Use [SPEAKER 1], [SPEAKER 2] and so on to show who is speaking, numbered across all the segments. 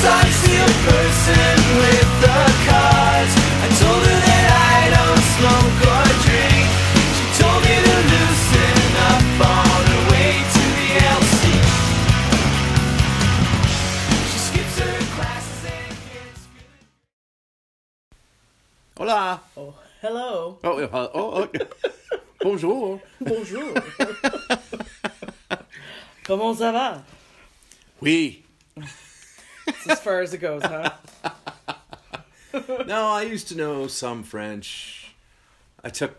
[SPEAKER 1] real person with the cause. I told her that I don't smoke or drink. She told me to loosen up on her way to the LC. She skips her classes and gets good.
[SPEAKER 2] Hola.
[SPEAKER 3] Oh, hello.
[SPEAKER 2] Oh, uh, oh, oh. Bonjour.
[SPEAKER 3] Bonjour. Comment ça va?
[SPEAKER 2] Oui.
[SPEAKER 3] It's as far as it goes, huh?
[SPEAKER 2] No, I used to know some French. I took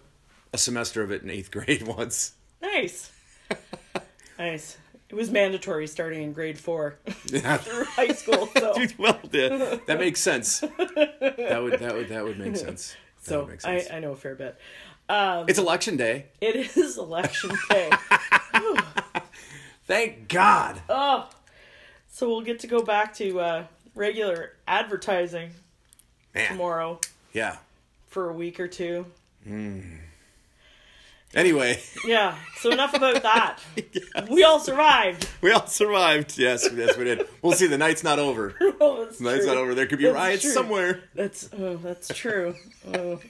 [SPEAKER 2] a semester of it in eighth grade once.
[SPEAKER 3] Nice. Nice. It was mandatory starting in grade four
[SPEAKER 2] Yeah.
[SPEAKER 3] through high school, so,
[SPEAKER 2] well, yeah, that makes sense. That would that would that would make sense. That
[SPEAKER 3] so
[SPEAKER 2] would make
[SPEAKER 3] I,
[SPEAKER 2] sense.
[SPEAKER 3] I know a fair bit.
[SPEAKER 2] it's election day.
[SPEAKER 3] It is election day,
[SPEAKER 2] Thank God.
[SPEAKER 3] Oh. so we'll get to go back to uh, regular advertising
[SPEAKER 2] Man.
[SPEAKER 3] tomorrow
[SPEAKER 2] Yeah.
[SPEAKER 3] for a week or two.
[SPEAKER 2] Anyway,
[SPEAKER 3] Yeah, so enough about that. We all survived.
[SPEAKER 2] we all survived. Yes, yes, we did. We'll see. The night's not over. The
[SPEAKER 3] Oh, that's
[SPEAKER 2] night's
[SPEAKER 3] true.
[SPEAKER 2] not over. There could be
[SPEAKER 3] That's
[SPEAKER 2] riots
[SPEAKER 3] true.
[SPEAKER 2] somewhere.
[SPEAKER 3] That's oh, that's true. Oh.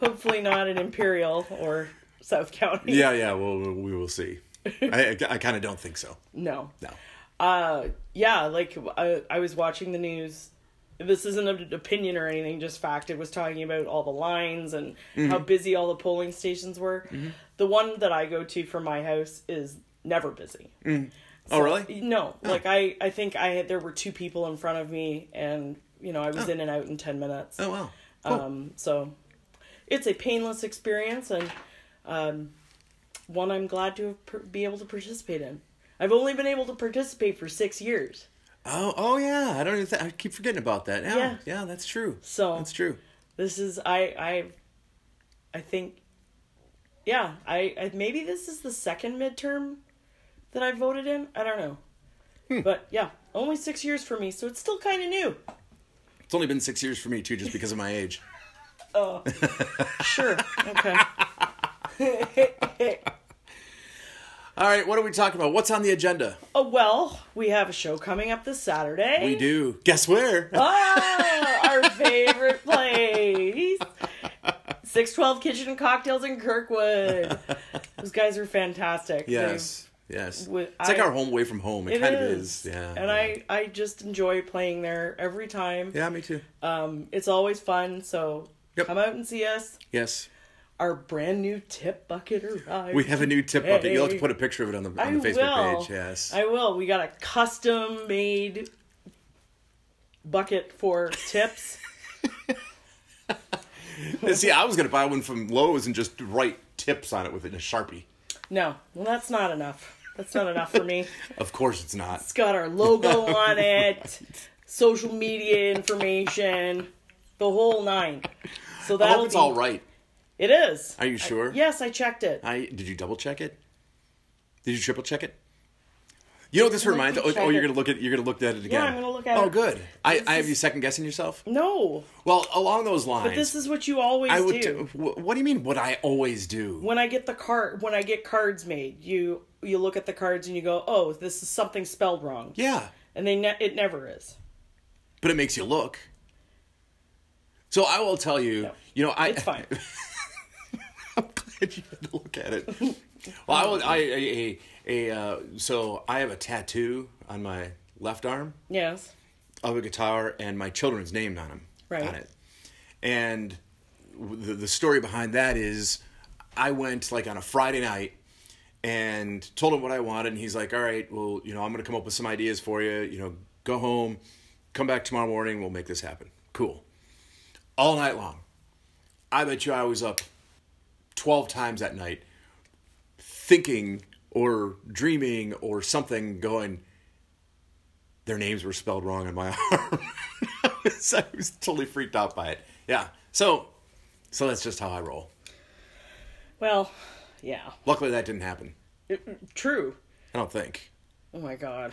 [SPEAKER 3] Hopefully not in Imperial or South County.
[SPEAKER 2] Yeah, yeah. Well, we will see. I, I kind of don't think so.
[SPEAKER 3] No.
[SPEAKER 2] No.
[SPEAKER 3] Uh, yeah, like I, I was watching the news. This isn't an opinion or anything, just fact. It was talking about all the lines and
[SPEAKER 2] Mm-hmm.
[SPEAKER 3] how busy all the polling stations were. The one that I go to for my house is never busy.
[SPEAKER 2] Oh, really?
[SPEAKER 3] No, like I, I think I had, there were two people in front of me, and you know I was in and out in ten minutes.
[SPEAKER 2] Oh wow. Cool.
[SPEAKER 3] Um, so it's a painless experience and um, one I'm glad to have per- be able to participate in. I've only been able to participate for six years.
[SPEAKER 2] oh oh yeah. I don't even. Th- I keep forgetting about that. Yeah, yeah.
[SPEAKER 3] Yeah.
[SPEAKER 2] that's true.
[SPEAKER 3] So-
[SPEAKER 2] that's true.
[SPEAKER 3] This is I I I think yeah I, I maybe this is the second midterm that I voted in. I don't know,
[SPEAKER 2] Hmm.
[SPEAKER 3] but yeah, only six years for me, so it's still kind of new.
[SPEAKER 2] It's only been six years for me too, just because of my age.
[SPEAKER 3] Oh, sure, okay.
[SPEAKER 2] All right. What are we talking about? What's on the agenda?
[SPEAKER 3] Oh well, we have a show coming up this Saturday.
[SPEAKER 2] We do. Guess where?
[SPEAKER 3] Ah, our favorite place. 612 Kitchen and Cocktails in Kirkwood. Those guys are fantastic.
[SPEAKER 2] yes. Yes.
[SPEAKER 3] we-
[SPEAKER 2] it's like
[SPEAKER 3] I-
[SPEAKER 2] our home away from home. It,
[SPEAKER 3] They've-
[SPEAKER 2] kind of is. Yeah.
[SPEAKER 3] And
[SPEAKER 2] yeah.
[SPEAKER 3] I, I just enjoy playing there every time.
[SPEAKER 2] Yeah, me too.
[SPEAKER 3] Um, it's always fun, so
[SPEAKER 2] Yep.
[SPEAKER 3] come out and see us.
[SPEAKER 2] yes.
[SPEAKER 3] Our brand new tip bucket arrived.
[SPEAKER 2] We have a new tip bucket. You'll have to
[SPEAKER 3] Hey.
[SPEAKER 2] put a picture of it on the,
[SPEAKER 3] I
[SPEAKER 2] on the Facebook
[SPEAKER 3] will.
[SPEAKER 2] page. Yes.
[SPEAKER 3] I will. We got a custom made bucket for tips.
[SPEAKER 2] See, I was going to buy one from Lowe's and just write tips on it with a Sharpie.
[SPEAKER 3] No, well, that's not enough. That's not enough for me.
[SPEAKER 2] Of course it's not.
[SPEAKER 3] It's got our logo on it, social media information, the whole nine. So
[SPEAKER 2] I
[SPEAKER 3] that'll
[SPEAKER 2] hope Oh, it's
[SPEAKER 3] be,
[SPEAKER 2] all right.
[SPEAKER 3] It is.
[SPEAKER 2] Are you sure?
[SPEAKER 3] yes, I checked it.
[SPEAKER 2] I did you double check it? Did you triple check it? You know what this
[SPEAKER 3] Let
[SPEAKER 2] reminds?
[SPEAKER 3] me
[SPEAKER 2] Oh,
[SPEAKER 3] check
[SPEAKER 2] oh, you're
[SPEAKER 3] it.
[SPEAKER 2] gonna look at you're gonna look at it again.
[SPEAKER 3] I'm gonna look at
[SPEAKER 2] oh,
[SPEAKER 3] it.
[SPEAKER 2] good. I, I have you second guessing yourself.
[SPEAKER 3] no,
[SPEAKER 2] Well, along those lines,
[SPEAKER 3] but this is what you always
[SPEAKER 2] I would.
[SPEAKER 3] do.
[SPEAKER 2] do- wh- what do you mean? What I always do?
[SPEAKER 3] when I get the card, when I get cards made, you you look at the cards and you go, "Oh, this is something spelled wrong,"
[SPEAKER 2] Yeah,
[SPEAKER 3] and they ne- it never is.
[SPEAKER 2] but it makes you look. So I will tell you. You know, I.
[SPEAKER 3] It's fine.
[SPEAKER 2] I'm glad you had to look at it. Well, I will. I a, a, a uh, so I have a tattoo on my left arm.
[SPEAKER 3] yes.
[SPEAKER 2] of a guitar and my children's name on them
[SPEAKER 3] Right.
[SPEAKER 2] on it and w- the, the story behind that is i went like on a friday night and told him what i wanted and he's like all right well you know i'm gonna come up with some ideas for you you know go home come back tomorrow morning we'll make this happen cool all night long i bet you i was up 12 times that night thinking or dreaming or something going their names were spelled wrong on my arm. I, was, I was totally freaked out by it. Yeah. So so that's just how I roll.
[SPEAKER 3] Well, yeah.
[SPEAKER 2] Luckily that didn't happen.
[SPEAKER 3] It- true.
[SPEAKER 2] I don't think.
[SPEAKER 3] Oh my god.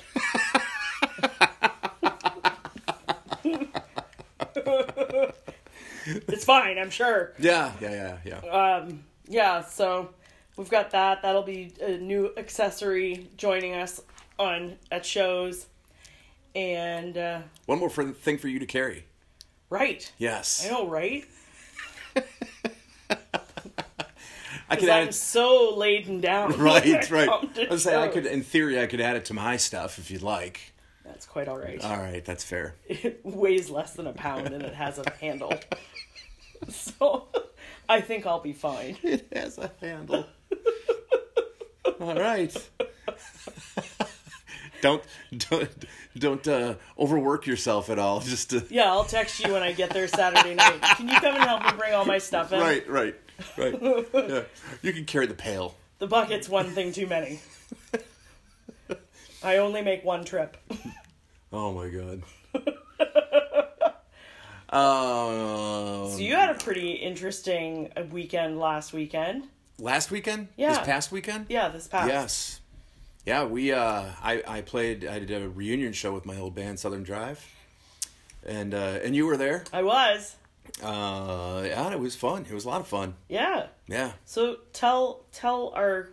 [SPEAKER 3] it's fine, I'm sure.
[SPEAKER 2] Yeah, yeah, yeah,
[SPEAKER 3] Uh,
[SPEAKER 2] yeah.
[SPEAKER 3] Yeah, so we've got that. That'll be a new accessory joining us on at shows. And uh,
[SPEAKER 2] One more for, thing for you to carry.
[SPEAKER 3] right,
[SPEAKER 2] Yes.
[SPEAKER 3] I know, right?
[SPEAKER 2] I could
[SPEAKER 3] Because
[SPEAKER 2] add
[SPEAKER 3] I'm
[SPEAKER 2] it.
[SPEAKER 3] so laden down. when I
[SPEAKER 2] Right, right.
[SPEAKER 3] come to
[SPEAKER 2] I was saying I
[SPEAKER 3] shows.
[SPEAKER 2] could, in theory, I could add it to my stuff if you'd like.
[SPEAKER 3] That's quite all right.
[SPEAKER 2] All right, that's fair.
[SPEAKER 3] it weighs less than a pound and it has a handle. So I think I'll be fine.
[SPEAKER 2] It has a handle. All right. don't don't don't uh, overwork yourself at all. Just to,
[SPEAKER 3] Yeah, I'll text you when I get there Saturday night. Can you come and help me bring all my stuff in?
[SPEAKER 2] right, right, right. Yeah. You can carry the pail.
[SPEAKER 3] The bucket's one thing too many. I only make one trip.
[SPEAKER 2] Oh my god. Um,
[SPEAKER 3] So you had a pretty interesting uh, weekend last weekend.
[SPEAKER 2] last weekend? This
[SPEAKER 3] Yeah.
[SPEAKER 2] past weekend?
[SPEAKER 3] Yeah, this past.
[SPEAKER 2] Yes. Yeah, we uh I, I played I did a reunion show with my old band Southern Drive. And uh and you were there.
[SPEAKER 3] I was.
[SPEAKER 2] Uh yeah, it was fun. It was a lot of fun.
[SPEAKER 3] Yeah.
[SPEAKER 2] Yeah.
[SPEAKER 3] So tell tell our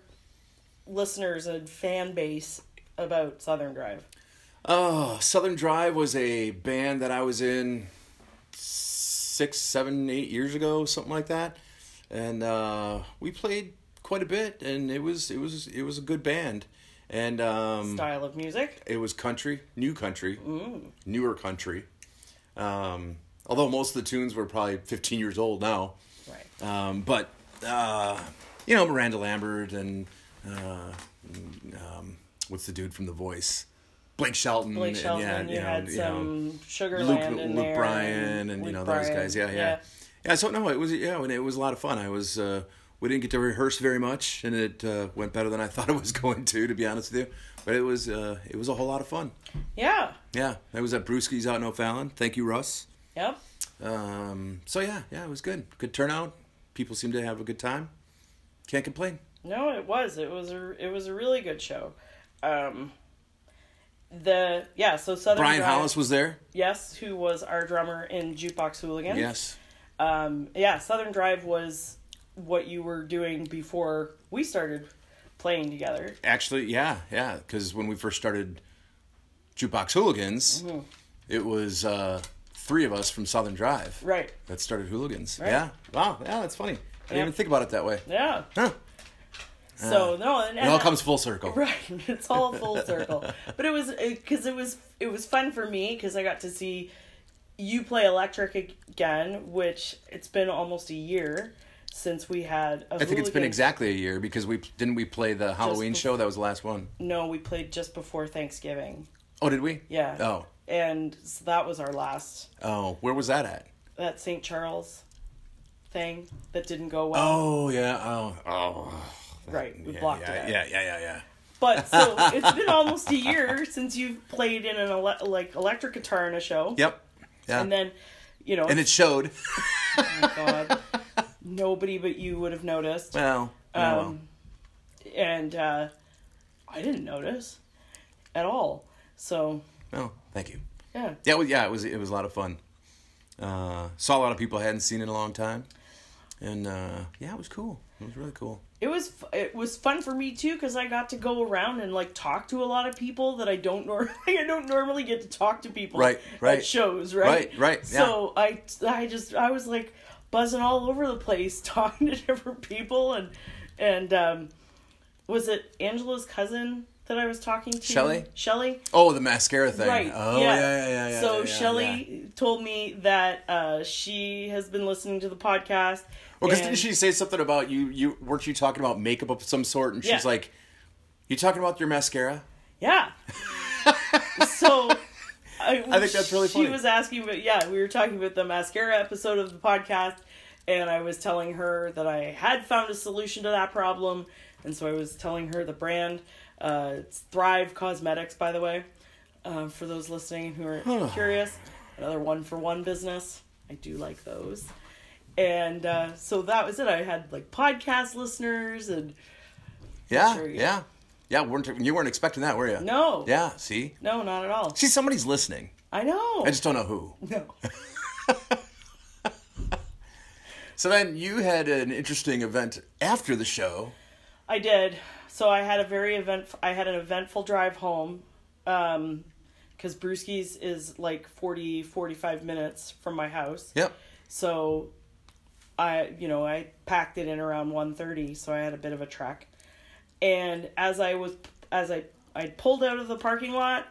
[SPEAKER 3] listeners and fan base about Southern Drive.
[SPEAKER 2] Oh, Southern Drive was a band that I was in six, seven, eight years ago, something like that. And uh we played quite a bit and it was it was it was a good band. And um
[SPEAKER 3] Style of music.
[SPEAKER 2] it was country, new country, newer country. Um, although most of the tunes were probably 15 years old now.
[SPEAKER 3] Right.
[SPEAKER 2] Um, but, uh, you know, Miranda Lambert and uh, um, what's the dude from The Voice? Blake Shelton.
[SPEAKER 3] Blake
[SPEAKER 2] and,
[SPEAKER 3] Shelton, you, had some Sugarland
[SPEAKER 2] Luke,
[SPEAKER 3] in
[SPEAKER 2] Luke
[SPEAKER 3] there.
[SPEAKER 2] Bryan and, you
[SPEAKER 3] Luke
[SPEAKER 2] know those
[SPEAKER 3] Bryan.
[SPEAKER 2] guys. Yeah, yeah, yeah. so no, it was yeah, and it was a lot of fun. I was uh, we didn't get to rehearse very much, and it uh, went better than I thought it was going to, to be honest with you. But it was uh, it was a whole lot of fun.
[SPEAKER 3] Yeah.
[SPEAKER 2] Yeah, that was at Brewski's out in O'Fallon. Thank you, Russ.
[SPEAKER 3] Yep.
[SPEAKER 2] Um, so yeah, yeah, it was good. Good turnout. People seem to have a good time. Can't complain.
[SPEAKER 3] No, it was. It was a it was a really good show. Um the yeah, so Southern
[SPEAKER 2] Brian
[SPEAKER 3] Drive-
[SPEAKER 2] Hollis was there.
[SPEAKER 3] Yes, who was our drummer in Jukebox Hooligans.
[SPEAKER 2] Yes.
[SPEAKER 3] Um yeah, Southern Drive was what you were doing before we started playing together.
[SPEAKER 2] Actually, yeah, yeah. Because when we first started Jukebox Hooligans,
[SPEAKER 3] Mm-hmm.
[SPEAKER 2] it was uh, three of us from Southern Drive
[SPEAKER 3] Right.
[SPEAKER 2] that started Hooligans. Yeah. Wow. Yeah, that's funny. I didn't
[SPEAKER 3] Yeah.
[SPEAKER 2] even think about it that way.
[SPEAKER 3] Yeah.
[SPEAKER 2] Huh.
[SPEAKER 3] So no, and,
[SPEAKER 2] It Ah. all comes full circle.
[SPEAKER 3] Right, it's all full circle. But it was because it was it was fun for me because I got to see you play electric again, which it's been almost a year since we had. I
[SPEAKER 2] I think it's been exactly a year because we didn't we play the Halloween
[SPEAKER 3] bef-
[SPEAKER 2] show. That was the last one.
[SPEAKER 3] No, we played just before Thanksgiving.
[SPEAKER 2] Oh, did we?
[SPEAKER 3] Yeah.
[SPEAKER 2] Oh.
[SPEAKER 3] And so that was our last
[SPEAKER 2] Oh, where was that at?
[SPEAKER 3] that St. Charles thing that didn't go well.
[SPEAKER 2] Oh yeah. Oh. Oh.
[SPEAKER 3] right, we
[SPEAKER 2] yeah,
[SPEAKER 3] blocked
[SPEAKER 2] yeah,
[SPEAKER 3] it. out.
[SPEAKER 2] Yeah, yeah, yeah, yeah.
[SPEAKER 3] But so it's been almost a year since you've played in an ele- like electric guitar in a show.
[SPEAKER 2] Yep. Yeah.
[SPEAKER 3] And then, you know,
[SPEAKER 2] and it showed.
[SPEAKER 3] God. Nobody but you would have noticed.
[SPEAKER 2] Well. oh, well.
[SPEAKER 3] Um, and uh, I didn't notice at all. So,
[SPEAKER 2] Well, Oh, thank you.
[SPEAKER 3] yeah.
[SPEAKER 2] Yeah, well, yeah, it was it was a lot of fun. Uh, saw a lot of people I hadn't seen in a long time, and uh, yeah, it was cool. It was really cool.
[SPEAKER 3] It was f- it was fun for me too cuz I got to go around and like talk to a lot of people that I don't normally I don't normally get to talk to people
[SPEAKER 2] Right, right.
[SPEAKER 3] at shows, right?
[SPEAKER 2] Right, right, yeah.
[SPEAKER 3] So I I just I was like buzzing all over the place talking to different people and and um was it Angela's cousin that I was talking to?
[SPEAKER 2] Shelley?
[SPEAKER 3] Shelley?
[SPEAKER 2] Oh, the mascara thing.
[SPEAKER 3] Right.
[SPEAKER 2] Oh,
[SPEAKER 3] yeah.
[SPEAKER 2] yeah, yeah, yeah. yeah
[SPEAKER 3] so
[SPEAKER 2] yeah, yeah,
[SPEAKER 3] Shelly told me that uh, she has been listening to the podcast.
[SPEAKER 2] Well, because
[SPEAKER 3] and-
[SPEAKER 2] didn't she say something about you? You weren't you talking about makeup of some sort? And she's
[SPEAKER 3] Yeah.
[SPEAKER 2] like, "You talking about your mascara?"
[SPEAKER 3] Yeah. so. I,
[SPEAKER 2] I think that's really funny.
[SPEAKER 3] She was asking, but yeah, we were talking about the mascara episode of the podcast, and I was telling her that I had found a solution to that problem, and so I was telling her the brand. Uh, it's Thrive Cosmetics, by the way, uh, for those listening who are curious. Another one for one business. I do like those. And uh, so that was it. I had like podcast listeners, and
[SPEAKER 2] Yeah,
[SPEAKER 3] Sure, yeah.
[SPEAKER 2] yeah, yeah. weren't you weren't expecting that, were you?
[SPEAKER 3] no,
[SPEAKER 2] Yeah. See,
[SPEAKER 3] no, not at all.
[SPEAKER 2] see, somebody's listening.
[SPEAKER 3] I know.
[SPEAKER 2] I just don't know who.
[SPEAKER 3] no.
[SPEAKER 2] So then you had an interesting event after the show.
[SPEAKER 3] I did. So I had a very event. I had an eventful drive home. Um, because Brewski's is like 40, 45 minutes from my house.
[SPEAKER 2] Yep.
[SPEAKER 3] So I, you know, I packed it in around 1:30, so I had a bit of a trek. And as I was as I I pulled out of the parking lot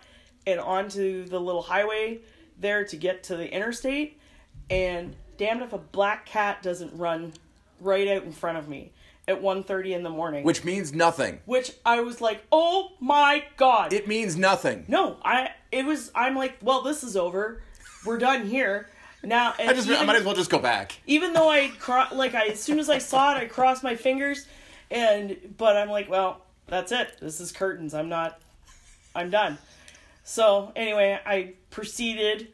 [SPEAKER 3] and onto the little highway there to get to the interstate and damned if a black cat doesn't run right out in front of me at 1:30 in the morning.
[SPEAKER 2] Which means nothing.
[SPEAKER 3] which I was like, "Oh my god."
[SPEAKER 2] It means nothing.
[SPEAKER 3] no, I it was I'm like, "Well, this is over. We're done here." Now and
[SPEAKER 2] I just I
[SPEAKER 3] even-
[SPEAKER 2] might as well just go back.
[SPEAKER 3] even though I cro- like I as soon as I saw it, I crossed my fingers, and but I'm like, well, that's it. This is curtains. I'm not. I'm done. So anyway, I proceeded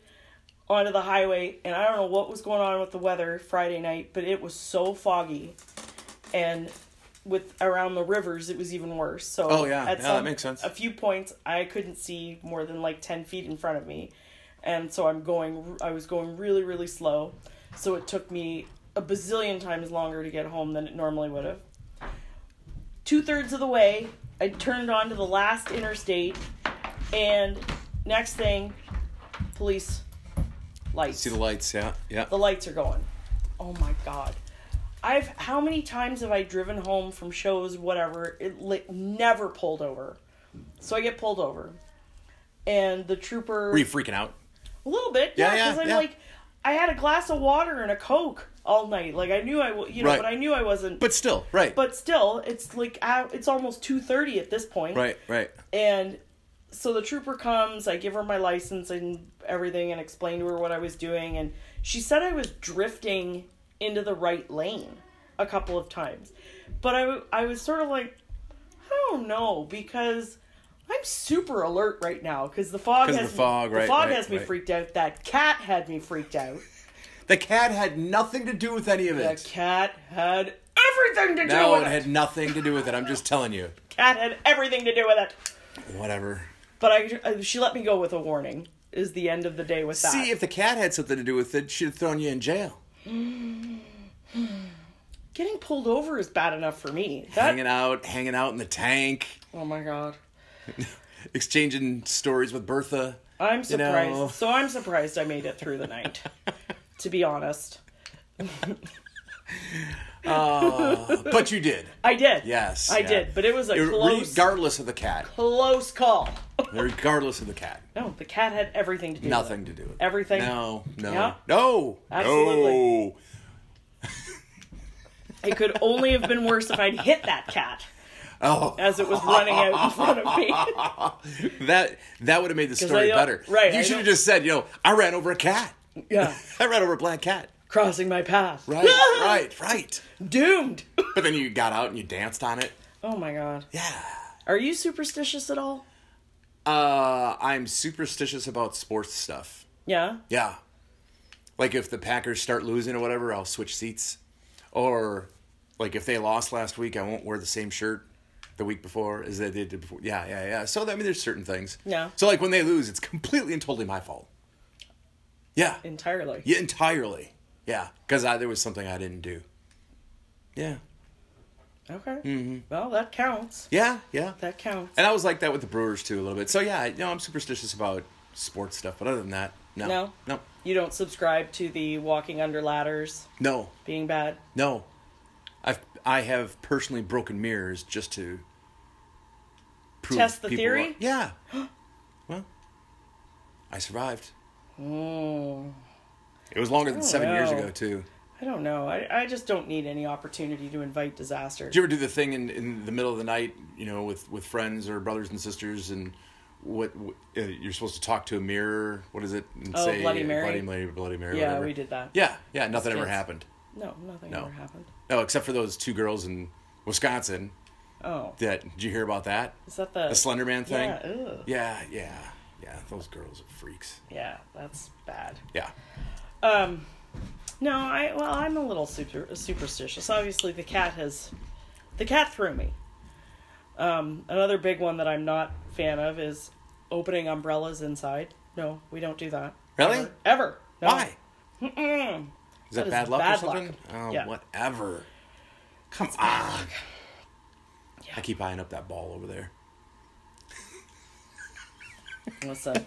[SPEAKER 3] onto the highway, and I don't know what was going on with the weather Friday night, but it was so foggy, and with around the rivers, it was even worse. So
[SPEAKER 2] Oh, yeah. Yeah, that makes sense.
[SPEAKER 3] A few points, I couldn't see more than like ten feet in front of me, and so I'm going. I was going really, really slow, so it took me a bazillion times longer to get home than it normally would have. Two thirds of the way, I turned onto the last interstate, and next thing, police lights.
[SPEAKER 2] See the lights, yeah. Yeah.
[SPEAKER 3] The lights are going. Oh my god. I've how many times have I driven home from shows, whatever, it li- never pulled over. So I get pulled over, and the trooper
[SPEAKER 2] Were you freaking out?
[SPEAKER 3] a little bit,
[SPEAKER 2] Yeah,
[SPEAKER 3] yeah,
[SPEAKER 2] yeah,
[SPEAKER 3] because I'm
[SPEAKER 2] yeah.
[SPEAKER 3] like, I had a glass of water and a coke all night. Like I knew I, wa- you know,
[SPEAKER 2] Right.
[SPEAKER 3] but I knew I wasn't.
[SPEAKER 2] But still, right.
[SPEAKER 3] but still, it's like I, it's almost two thirty at this point,
[SPEAKER 2] right, right.
[SPEAKER 3] and so the trooper comes, I give her my license and everything and explain to her what I was doing and she said I was drifting into the right lane a couple of times. But I w- I was sort of like I don't know because I'm super alert right now because the fog
[SPEAKER 2] 'Cause
[SPEAKER 3] has
[SPEAKER 2] of the fog, right, right,
[SPEAKER 3] has me
[SPEAKER 2] right.
[SPEAKER 3] freaked out. That cat had me freaked out.
[SPEAKER 2] The cat had nothing to do with any of
[SPEAKER 3] The
[SPEAKER 2] it.
[SPEAKER 3] cat had everything to do
[SPEAKER 2] no,
[SPEAKER 3] with
[SPEAKER 2] it
[SPEAKER 3] it.
[SPEAKER 2] had nothing to do with it. I'm just telling you.
[SPEAKER 3] cat had everything to do with it.
[SPEAKER 2] Whatever.
[SPEAKER 3] But I, I she let me go with a warning. Is the end of the day with that?
[SPEAKER 2] See, if the cat had something to do with it, she'd have thrown you in jail.
[SPEAKER 3] getting pulled over is bad enough for me. That,
[SPEAKER 2] Hanging out, hanging out in the tank,
[SPEAKER 3] oh my god.
[SPEAKER 2] exchanging stories with Bertha.
[SPEAKER 3] I'm
[SPEAKER 2] You know.
[SPEAKER 3] surprised. So I'm surprised I made it through the night. to be honest.
[SPEAKER 2] But you did.
[SPEAKER 3] I did.
[SPEAKER 2] Yes.
[SPEAKER 3] I
[SPEAKER 2] yeah.
[SPEAKER 3] did, but it was a
[SPEAKER 2] Ir-
[SPEAKER 3] close
[SPEAKER 2] Regardless of the cat.
[SPEAKER 3] close call.
[SPEAKER 2] Regardless of the cat.
[SPEAKER 3] No, the cat had everything to do
[SPEAKER 2] Nothing
[SPEAKER 3] with
[SPEAKER 2] to do with it.
[SPEAKER 3] Everything.
[SPEAKER 2] No, no.
[SPEAKER 3] Yeah.
[SPEAKER 2] No.
[SPEAKER 3] Absolutely.
[SPEAKER 2] No.
[SPEAKER 3] it. It could only have been worse if I'd hit that cat
[SPEAKER 2] Oh.
[SPEAKER 3] as it was running out in front of me.
[SPEAKER 2] that that would have made the
[SPEAKER 3] I
[SPEAKER 2] story
[SPEAKER 3] don't-
[SPEAKER 2] better.
[SPEAKER 3] right,
[SPEAKER 2] You
[SPEAKER 3] I
[SPEAKER 2] should have
[SPEAKER 3] don't-
[SPEAKER 2] just said, you know, I ran over a cat.
[SPEAKER 3] yeah.
[SPEAKER 2] I ran over a black cat.
[SPEAKER 3] Crossing my path.
[SPEAKER 2] Right, right, right.
[SPEAKER 3] Doomed.
[SPEAKER 2] But then you got out and you danced on it.
[SPEAKER 3] Oh my god.
[SPEAKER 2] Yeah.
[SPEAKER 3] Are you superstitious at all?
[SPEAKER 2] Uh, I'm superstitious about sports stuff.
[SPEAKER 3] Yeah.
[SPEAKER 2] Yeah. Like if the Packers start losing or whatever, I'll switch seats. Or like if they lost last week, I won't wear the same shirt the week before as they did before. Yeah, yeah, yeah. So I mean, there's certain things.
[SPEAKER 3] Yeah.
[SPEAKER 2] So like when they lose, it's completely and totally my fault. Yeah.
[SPEAKER 3] Entirely.
[SPEAKER 2] Yeah, entirely. Yeah, because there was something I didn't do. Yeah.
[SPEAKER 3] Okay.
[SPEAKER 2] Mm-hmm.
[SPEAKER 3] Well, that counts.
[SPEAKER 2] Yeah, yeah.
[SPEAKER 3] That counts.
[SPEAKER 2] And I was like that with the Brewers too a little bit. So yeah, you know, I'm superstitious about sports stuff, but other than that, no,
[SPEAKER 3] No?
[SPEAKER 2] no,
[SPEAKER 3] You don't subscribe to the walking under ladders
[SPEAKER 2] no,
[SPEAKER 3] being bad.
[SPEAKER 2] no. I've I have personally broken mirrors just to prove
[SPEAKER 3] Test the
[SPEAKER 2] people
[SPEAKER 3] theory?
[SPEAKER 2] wrong. Yeah. well, I survived. It was longer than
[SPEAKER 3] don't
[SPEAKER 2] seven years
[SPEAKER 3] know.
[SPEAKER 2] ago too.
[SPEAKER 3] Hmm. I don't know. I, I just don't need any opportunity to invite disaster.
[SPEAKER 2] Did you ever do the thing in, in the middle of the night, you know, with, with friends or brothers and sisters, and what, what uh, you're supposed to talk to a mirror? What is it? And
[SPEAKER 3] Oh, Bloody
[SPEAKER 2] uh,
[SPEAKER 3] Mary.
[SPEAKER 2] Bloody Mary, Bloody Mary.
[SPEAKER 3] yeah,
[SPEAKER 2] whatever.
[SPEAKER 3] we did that.
[SPEAKER 2] Yeah, yeah. Nothing ever
[SPEAKER 3] kids.
[SPEAKER 2] happened.
[SPEAKER 3] No, nothing ever happened.
[SPEAKER 2] No, except for those two girls in Wisconsin.
[SPEAKER 3] Oh.
[SPEAKER 2] That did you hear about that?
[SPEAKER 3] Is that the,
[SPEAKER 2] The Slender Man thing.
[SPEAKER 3] Yeah, ugh.
[SPEAKER 2] yeah, yeah, yeah, Those girls are freaks.
[SPEAKER 3] yeah, that's bad.
[SPEAKER 2] Yeah.
[SPEAKER 3] Um, no, I well, I'm a little super superstitious. Obviously, the cat has the cat threw me. Um, another big one that I'm not fan of is opening umbrellas inside. No, we don't do that.
[SPEAKER 2] Really?
[SPEAKER 3] Ever. Ever. No.
[SPEAKER 2] Why? Is that,
[SPEAKER 3] That is
[SPEAKER 2] bad luck or
[SPEAKER 3] bad luck.
[SPEAKER 2] something? Oh,
[SPEAKER 3] Yeah.
[SPEAKER 2] whatever. Come on. I keep eyeing up that ball over there.
[SPEAKER 3] Listen,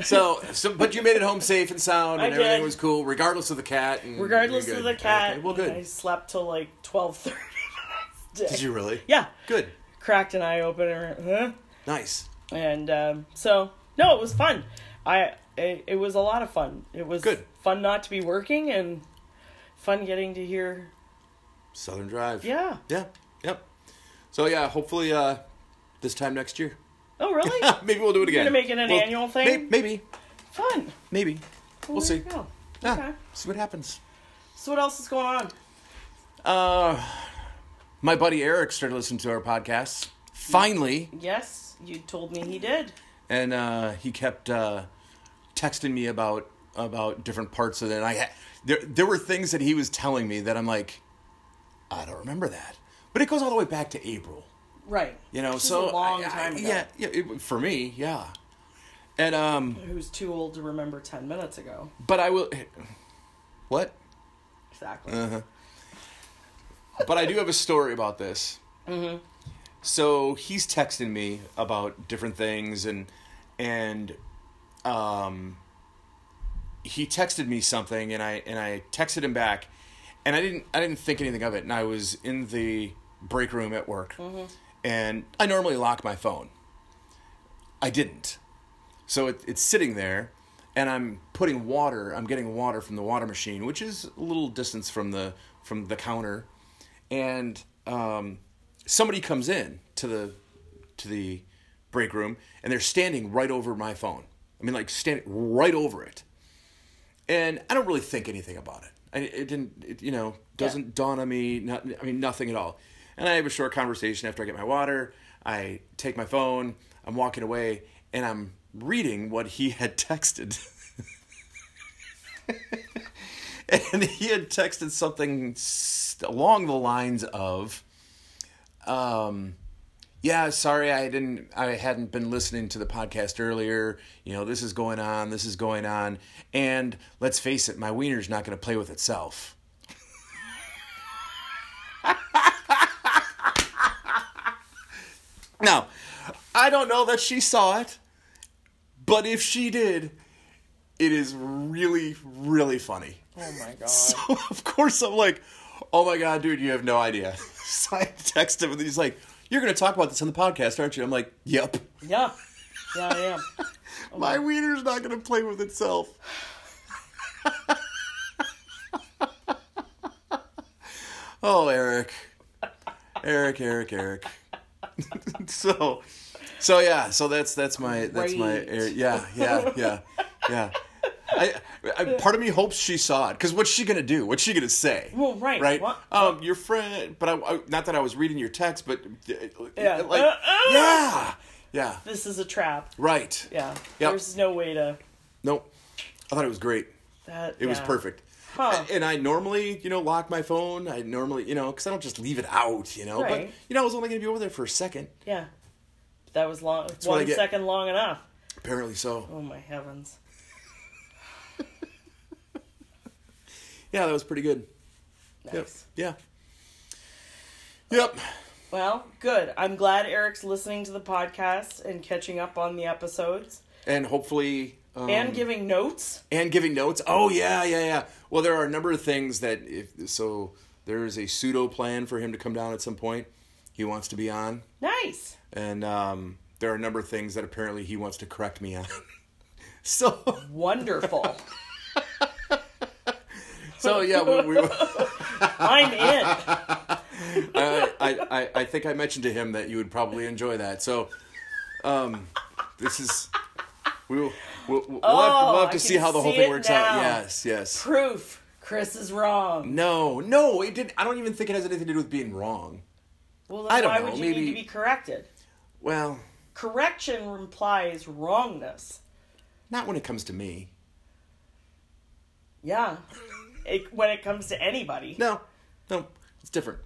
[SPEAKER 2] So, so, but you made it home safe and sound,
[SPEAKER 3] I
[SPEAKER 2] and everything
[SPEAKER 3] did.
[SPEAKER 2] was cool, regardless of the cat. And
[SPEAKER 3] Regardless
[SPEAKER 2] you're
[SPEAKER 3] of
[SPEAKER 2] good.
[SPEAKER 3] the cat,
[SPEAKER 2] Okay, well,
[SPEAKER 3] I
[SPEAKER 2] good.
[SPEAKER 3] slept till like twelve thirty.
[SPEAKER 2] Did you really?
[SPEAKER 3] Yeah,
[SPEAKER 2] Good.
[SPEAKER 3] cracked an eye open, or- huh?
[SPEAKER 2] Nice.
[SPEAKER 3] and um, so no, it was fun. I it, it was a lot of fun. It was
[SPEAKER 2] Good.
[SPEAKER 3] fun not to be working and fun getting to hear.
[SPEAKER 2] Southern Drive.
[SPEAKER 3] Yeah.
[SPEAKER 2] Yeah. Yep. So yeah, hopefully uh, this time next year,
[SPEAKER 3] Oh, really?
[SPEAKER 2] maybe we'll do it again.
[SPEAKER 3] gonna make it an
[SPEAKER 2] Well,
[SPEAKER 3] annual thing?
[SPEAKER 2] may- maybe.
[SPEAKER 3] fun.
[SPEAKER 2] Maybe. we'll
[SPEAKER 3] there
[SPEAKER 2] see.
[SPEAKER 3] you go.
[SPEAKER 2] Yeah.
[SPEAKER 3] Okay.
[SPEAKER 2] Ah, See what happens.
[SPEAKER 3] So what else is going on?
[SPEAKER 2] Uh, my buddy Eric started listening to our podcasts finally,
[SPEAKER 3] Yes, you told me he did.
[SPEAKER 2] and uh, he kept uh, texting me about about different parts of it. And I ha- there there were things that he was telling me that I'm like, I don't remember that, but it goes all the way back to April.
[SPEAKER 3] Right.
[SPEAKER 2] You know,
[SPEAKER 3] Which is
[SPEAKER 2] so
[SPEAKER 3] a long
[SPEAKER 2] I- I-
[SPEAKER 3] time ago.
[SPEAKER 2] yeah, yeah, it, for me, yeah. And um,
[SPEAKER 3] Who's too old to remember ten minutes ago?
[SPEAKER 2] but I will. eh, What?
[SPEAKER 3] Exactly.
[SPEAKER 2] Uh-huh. But I do have a story about this. Mm-hmm. So he's texting me about different things, and and um, he texted me something, and I and I texted him back, and I didn't I didn't think anything of it, and I was in the break room at work, and I normally lock my phone. I didn't. So it, it's sitting there, and I'm putting water. I'm getting water from the water machine, which is a little distance from the from the counter, and um, somebody comes in to the to the break room, and they're standing right over my phone. I mean, like standing right over it, and I don't really think anything about it. I, it didn't, it, you know, doesn't dawn on me. Not, I mean, nothing at all. And I have a short conversation after I get my water. I take my phone. I'm walking away, and I'm reading what he had texted. and he had texted something s- along the lines of, um, "Yeah, sorry, I didn't, I hadn't been listening to the podcast earlier. You know, this is going on, this is going on, and let's face it, my wiener's not going to play with itself." now, I don't know that she saw it, but if she did, it is really, really funny.
[SPEAKER 3] Oh my god.
[SPEAKER 2] So of course I'm like, oh my god, dude, you have no idea. So I text him and he's like, you're gonna talk about this on the podcast, aren't you? I'm like, yep.
[SPEAKER 3] Yeah. Yeah, I am.
[SPEAKER 2] My wiener's not gonna play with itself. oh, Eric, Eric, Eric, Eric. so, so yeah, so that's that's my that's my
[SPEAKER 3] Great.
[SPEAKER 2] er, yeah yeah yeah yeah. I, I, part of me hopes she saw it because what's she gonna do? What's she gonna say?
[SPEAKER 3] Well, right,
[SPEAKER 2] right.
[SPEAKER 3] what-
[SPEAKER 2] Um, your friend, but I, I not that I was reading your text, but uh,
[SPEAKER 3] Yeah.
[SPEAKER 2] like,
[SPEAKER 3] Uh, uh.
[SPEAKER 2] yeah, yeah,
[SPEAKER 3] This is a trap.
[SPEAKER 2] right.
[SPEAKER 3] Yeah.
[SPEAKER 2] Yep.
[SPEAKER 3] There's no way to
[SPEAKER 2] Nope. I thought it was great.
[SPEAKER 3] that
[SPEAKER 2] It was
[SPEAKER 3] yeah.
[SPEAKER 2] perfect.
[SPEAKER 3] Huh.
[SPEAKER 2] And I normally, you know, lock my phone. I normally, you know, because I don't just leave it out, you know. But
[SPEAKER 3] Right.
[SPEAKER 2] you know, I was only going to be over there for a second.
[SPEAKER 3] Yeah. That was long
[SPEAKER 2] what I
[SPEAKER 3] one
[SPEAKER 2] get.
[SPEAKER 3] second long enough.
[SPEAKER 2] Apparently so.
[SPEAKER 3] Oh my heavens.
[SPEAKER 2] Yeah, that was pretty good.
[SPEAKER 3] Nice.
[SPEAKER 2] Yep. Yeah. Yep.
[SPEAKER 3] Well, good. I'm glad Eric's listening to the podcast and catching up on the episodes
[SPEAKER 2] And hopefully. Um,
[SPEAKER 3] and giving notes.
[SPEAKER 2] and giving notes. Oh yeah, yeah, yeah. Well, there are a number of things that if so, there is a pseudo plan for him to come down at some point. He wants to be on.
[SPEAKER 3] Nice.
[SPEAKER 2] and um, there are a number of things that apparently he wants to correct me on. so,
[SPEAKER 3] Wonderful.
[SPEAKER 2] so yeah, we, we, I,
[SPEAKER 3] I'm in.
[SPEAKER 2] I, I, I think I mentioned to him that you would probably enjoy that. So, um, this is we will we'll, we'll have to,
[SPEAKER 3] Oh,
[SPEAKER 2] we'll have
[SPEAKER 3] I
[SPEAKER 2] to
[SPEAKER 3] can
[SPEAKER 2] see how the whole
[SPEAKER 3] see
[SPEAKER 2] thing
[SPEAKER 3] it
[SPEAKER 2] works out.
[SPEAKER 3] now.
[SPEAKER 2] Yes, yes.
[SPEAKER 3] Proof. Chris is wrong.
[SPEAKER 2] No, no, it didn't. I don't even think it has anything to do with being wrong.
[SPEAKER 3] Well,
[SPEAKER 2] I don't
[SPEAKER 3] why
[SPEAKER 2] know,
[SPEAKER 3] would you
[SPEAKER 2] maybe-
[SPEAKER 3] need to be corrected?
[SPEAKER 2] Well,
[SPEAKER 3] Correction implies wrongness.
[SPEAKER 2] not when it comes to me.
[SPEAKER 3] Yeah. It, when it comes to anybody.
[SPEAKER 2] No, no, it's different.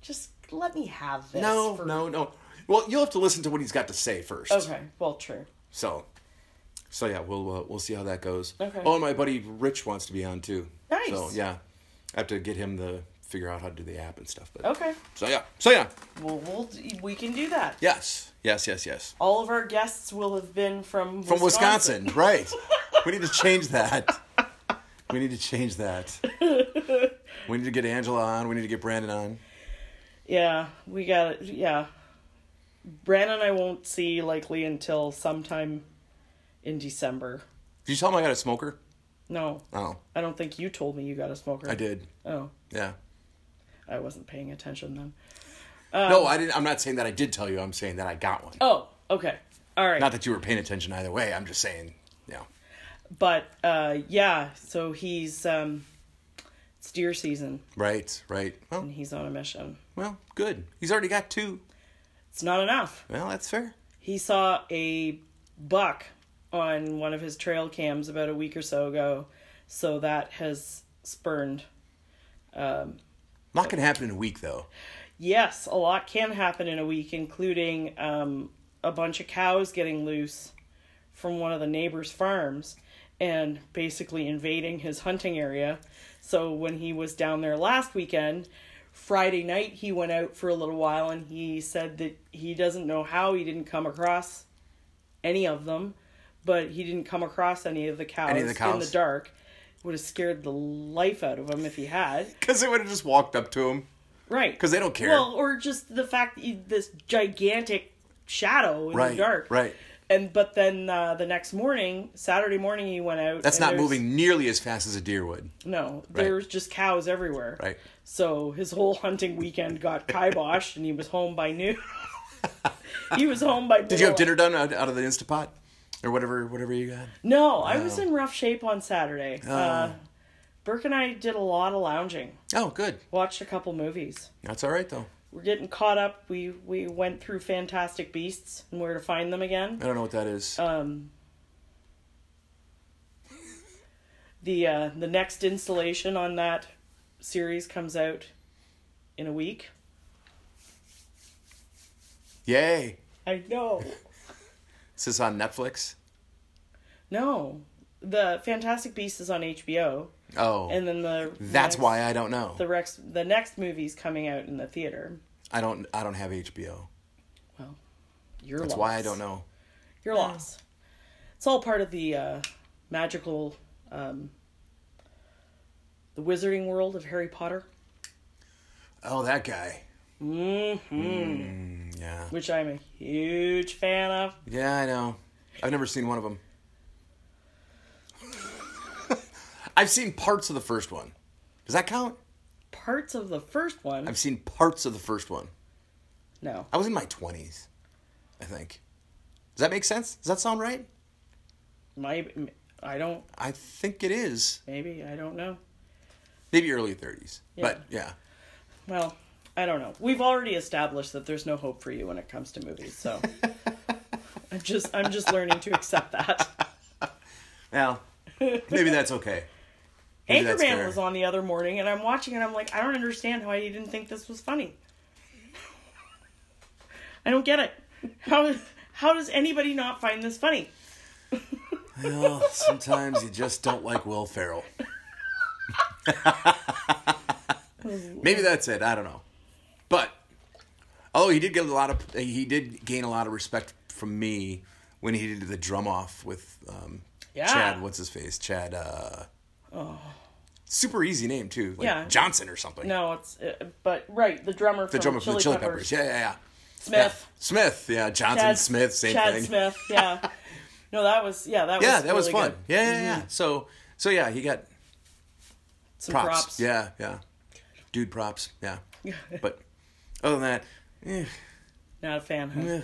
[SPEAKER 3] Just let me have this.
[SPEAKER 2] No,
[SPEAKER 3] for-
[SPEAKER 2] no, no. Well, you'll have to listen to what he's got to say first.
[SPEAKER 3] Okay, well, true.
[SPEAKER 2] So, so yeah, we'll uh, we'll see how that goes.
[SPEAKER 3] Okay.
[SPEAKER 2] Oh, and my buddy Rich wants to be on too.
[SPEAKER 3] Nice.
[SPEAKER 2] So yeah, I have to get him the figure out how to do the app and stuff. But
[SPEAKER 3] Okay.
[SPEAKER 2] so yeah, so yeah,
[SPEAKER 3] Well, we'll we can do that.
[SPEAKER 2] yes, yes, yes, yes.
[SPEAKER 3] All of our guests will have been from
[SPEAKER 2] From Wisconsin, right? we need to change that. We need to change that. We need to get Angela on. We need to get Brandon on.
[SPEAKER 3] Yeah, we got it. Yeah. Brandon I won't see likely until sometime in December.
[SPEAKER 2] Did you tell him I got a smoker?
[SPEAKER 3] No.
[SPEAKER 2] Oh,
[SPEAKER 3] I don't think you told me you got a smoker.
[SPEAKER 2] I did.
[SPEAKER 3] Oh,
[SPEAKER 2] Yeah.
[SPEAKER 3] I wasn't paying attention then. Um,
[SPEAKER 2] no, I didn't. I'm not saying that I did tell you. I'm saying that I got one.
[SPEAKER 3] Oh, okay. All right.
[SPEAKER 2] Not that you were paying attention either way. I'm just saying, yeah.
[SPEAKER 3] but uh yeah, so he's um it's deer season
[SPEAKER 2] Right, right. Well,
[SPEAKER 3] and he's on a mission.
[SPEAKER 2] well, good. He's already got two.
[SPEAKER 3] It's not enough.
[SPEAKER 2] Well, that's fair.
[SPEAKER 3] He saw a buck on one of his trail cams about a week or so ago, so that has spurned
[SPEAKER 2] Not gonna happen in a week though.
[SPEAKER 3] Yes, a lot can happen in a week, including um, a bunch of cows getting loose from one of the neighbor's farms and basically invading his hunting area. So when he was down there last weekend, Friday night, he went out for a little while and he said that he doesn't know how he didn't come across any of them, but he didn't come across any of the cows,
[SPEAKER 2] Any of the
[SPEAKER 3] in
[SPEAKER 2] cows?
[SPEAKER 3] the dark. Would have scared the life out of him if he had.
[SPEAKER 2] Because they would have just walked up to him.
[SPEAKER 3] Right.
[SPEAKER 2] 'Cause they don't care.
[SPEAKER 3] Well, or just the fact that you, this gigantic shadow in
[SPEAKER 2] Right,
[SPEAKER 3] the dark.
[SPEAKER 2] right.
[SPEAKER 3] And but then uh, the next morning, Saturday morning, he went out.
[SPEAKER 2] That's
[SPEAKER 3] and
[SPEAKER 2] not
[SPEAKER 3] there's-
[SPEAKER 2] moving nearly as fast as a deer would.
[SPEAKER 3] No, there's just cows everywhere.
[SPEAKER 2] Right.
[SPEAKER 3] So his whole hunting weekend got kiboshed, and he was home by noon. he was home by.
[SPEAKER 2] Did you have dinner done out, out of the Instapot or whatever, whatever you got?
[SPEAKER 3] No, I was
[SPEAKER 2] Oh.
[SPEAKER 3] in rough shape on Saturday. Uh, Burke and I did a lot of lounging.
[SPEAKER 2] Oh, good.
[SPEAKER 3] Watched a couple movies.
[SPEAKER 2] That's all right though.
[SPEAKER 3] we're getting caught up. We we went through Fantastic Beasts and where to find them again.
[SPEAKER 2] I don't know what that is.
[SPEAKER 3] Uh, The uh, the next installation on that series comes out in a week.
[SPEAKER 2] Yay!
[SPEAKER 3] I know.
[SPEAKER 2] Is this on Netflix?
[SPEAKER 3] No, the Fantastic Beasts is on HBO,
[SPEAKER 2] Oh,
[SPEAKER 3] and then the
[SPEAKER 2] that's
[SPEAKER 3] next-
[SPEAKER 2] why I don't know.
[SPEAKER 3] the Rex the next movie's coming out in the theater.
[SPEAKER 2] I don't. I don't have HBO.
[SPEAKER 3] Well, your
[SPEAKER 2] That's
[SPEAKER 3] loss.
[SPEAKER 2] why I don't know.
[SPEAKER 3] Your loss. It's all part of the uh, magical, um, the wizarding world of Harry Potter,
[SPEAKER 2] Oh, that guy. Mm-hmm. yeah.
[SPEAKER 3] which I'm a huge fan of.
[SPEAKER 2] Yeah, I know. I've never seen one of them. I've seen parts of the first one. Does that count?
[SPEAKER 3] parts of the first one.
[SPEAKER 2] I've seen parts of the first one.
[SPEAKER 3] No.
[SPEAKER 2] I was in my 20s, I think. Does that make sense? Does that sound right?
[SPEAKER 3] My I don't
[SPEAKER 2] I think it is.
[SPEAKER 3] maybe I don't know.
[SPEAKER 2] Maybe early 30s. But yeah.
[SPEAKER 3] Well, I don't know. We've already established that there's no hope for you when it comes to movies, so I'm just I'm just learning to accept that.
[SPEAKER 2] Well, maybe that's okay. Maybe that's
[SPEAKER 3] Anchorman
[SPEAKER 2] fair.
[SPEAKER 3] was on the other morning and I'm watching and I'm like, I don't understand how I didn't think this was funny. I don't get it. How how does anybody not find this funny?
[SPEAKER 2] Well, Oh, sometimes you just don't like Will Ferrell. Maybe that's it. I don't know. But oh, he did get a lot of he did gain a lot of respect from me when he did the drum off with um,
[SPEAKER 3] Yeah. Oh.
[SPEAKER 2] Chad. What's his face? Chad. Uh, Super easy name too. Like
[SPEAKER 3] Yeah.
[SPEAKER 2] Johnson or something.
[SPEAKER 3] No, it's uh, but right, the drummer
[SPEAKER 2] The
[SPEAKER 3] from
[SPEAKER 2] drummer for
[SPEAKER 3] Chili
[SPEAKER 2] the Chili
[SPEAKER 3] Peppers.
[SPEAKER 2] Peppers. Yeah, yeah, yeah.
[SPEAKER 3] Smith.
[SPEAKER 2] Yeah. Smith. Yeah, Johnson
[SPEAKER 3] Chad
[SPEAKER 2] Smith. Same
[SPEAKER 3] Chad
[SPEAKER 2] thing.
[SPEAKER 3] Smith, yeah. No, that was yeah, that was
[SPEAKER 2] Yeah, that was
[SPEAKER 3] really
[SPEAKER 2] fun.
[SPEAKER 3] good. Mm-hmm.
[SPEAKER 2] Yeah, yeah, yeah. So, so yeah, he got
[SPEAKER 3] Some
[SPEAKER 2] props.
[SPEAKER 3] props.
[SPEAKER 2] Yeah, yeah. Dude props. Yeah. but other than that, eh,
[SPEAKER 3] Not a fan. Huh?
[SPEAKER 2] eh.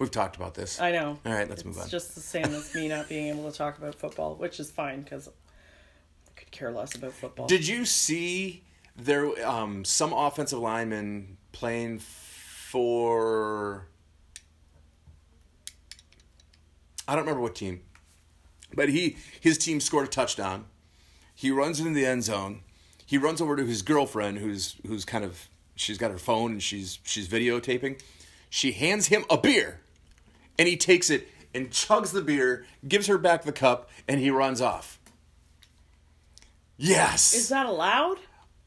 [SPEAKER 2] we've talked about this.
[SPEAKER 3] I know.
[SPEAKER 2] All right, let's move
[SPEAKER 3] It's
[SPEAKER 2] on.
[SPEAKER 3] just the same as me not being able to talk about football, which is fine because I could care less about football.
[SPEAKER 2] Did you see there um, some offensive lineman playing for? I don't remember what team, but he his team scored a touchdown. He runs into the end zone. He runs over to his girlfriend, who's who's kind of she's got her phone and she's she's videotaping. She hands him a beer, and he takes it and chugs the beer, gives her back the cup, and he runs off. Yes.
[SPEAKER 3] Is that allowed?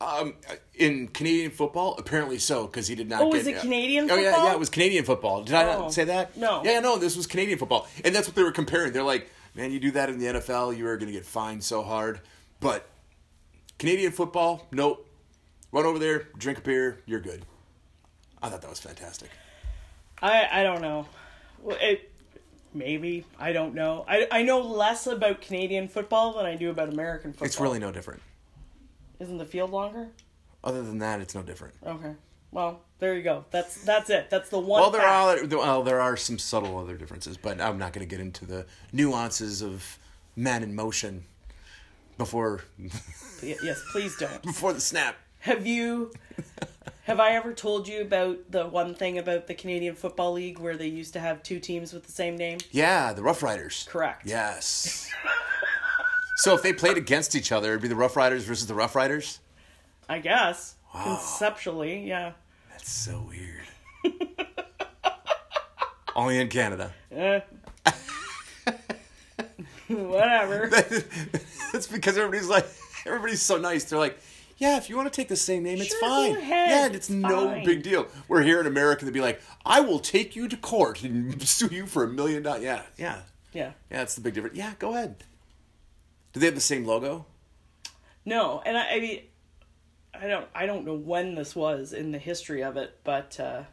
[SPEAKER 2] Um, in Canadian football, apparently so, because he did not.
[SPEAKER 3] Oh,
[SPEAKER 2] get,
[SPEAKER 3] is it Canadian
[SPEAKER 2] Oh yeah,
[SPEAKER 3] football?
[SPEAKER 2] yeah, it was Canadian football. Did I
[SPEAKER 3] Oh.
[SPEAKER 2] not say that?
[SPEAKER 3] No.
[SPEAKER 2] Yeah, no, this was Canadian football, and that's what they were comparing. They're like, man, you do that in the NFL, you are going to get fined so hard. But Canadian football, nope. Run over there, drink a beer, you're good. I thought that was fantastic.
[SPEAKER 3] I I don't know. Well, It maybe I don't know. I I know less about Canadian football than I do about American football.
[SPEAKER 2] It's really no different.
[SPEAKER 3] isn't the field longer?
[SPEAKER 2] Other than that, it's no different.
[SPEAKER 3] Okay. Well, there you go. That's that's it. That's the one.
[SPEAKER 2] Well, there
[SPEAKER 3] fact.
[SPEAKER 2] are well, there are some subtle other differences, but I'm not going to get into the nuances of man in motion before
[SPEAKER 3] Y- Yes, please don't.
[SPEAKER 2] before the snap.
[SPEAKER 3] Have you? Have I ever told you about the one thing about the Canadian Football League where they used to have two teams with the same name?
[SPEAKER 2] Yeah, the Rough Riders.
[SPEAKER 3] Correct.
[SPEAKER 2] Yes. so if they played against each other, it'd be the Rough Riders versus the Rough Riders.
[SPEAKER 3] I guess conceptually, yeah.
[SPEAKER 2] That's so weird. Only in Canada.
[SPEAKER 3] Eh. Whatever.
[SPEAKER 2] That's because everybody's like, everybody's so nice. They're like, yeah, if you want to take the same name, it's
[SPEAKER 3] Sure, go
[SPEAKER 2] fine.
[SPEAKER 3] ahead.
[SPEAKER 2] Yeah, it's,
[SPEAKER 3] It's
[SPEAKER 2] no
[SPEAKER 3] fine."
[SPEAKER 2] big deal. We're here in America. They'd be like, I will take you to court and sue you for a million dollars. Yeah, yeah,
[SPEAKER 3] Yeah.
[SPEAKER 2] yeah. That's the big difference. Yeah, go ahead. Do they have the same logo?
[SPEAKER 3] No, and I, I mean, I don't, I don't know when this was in the history of it, but uh,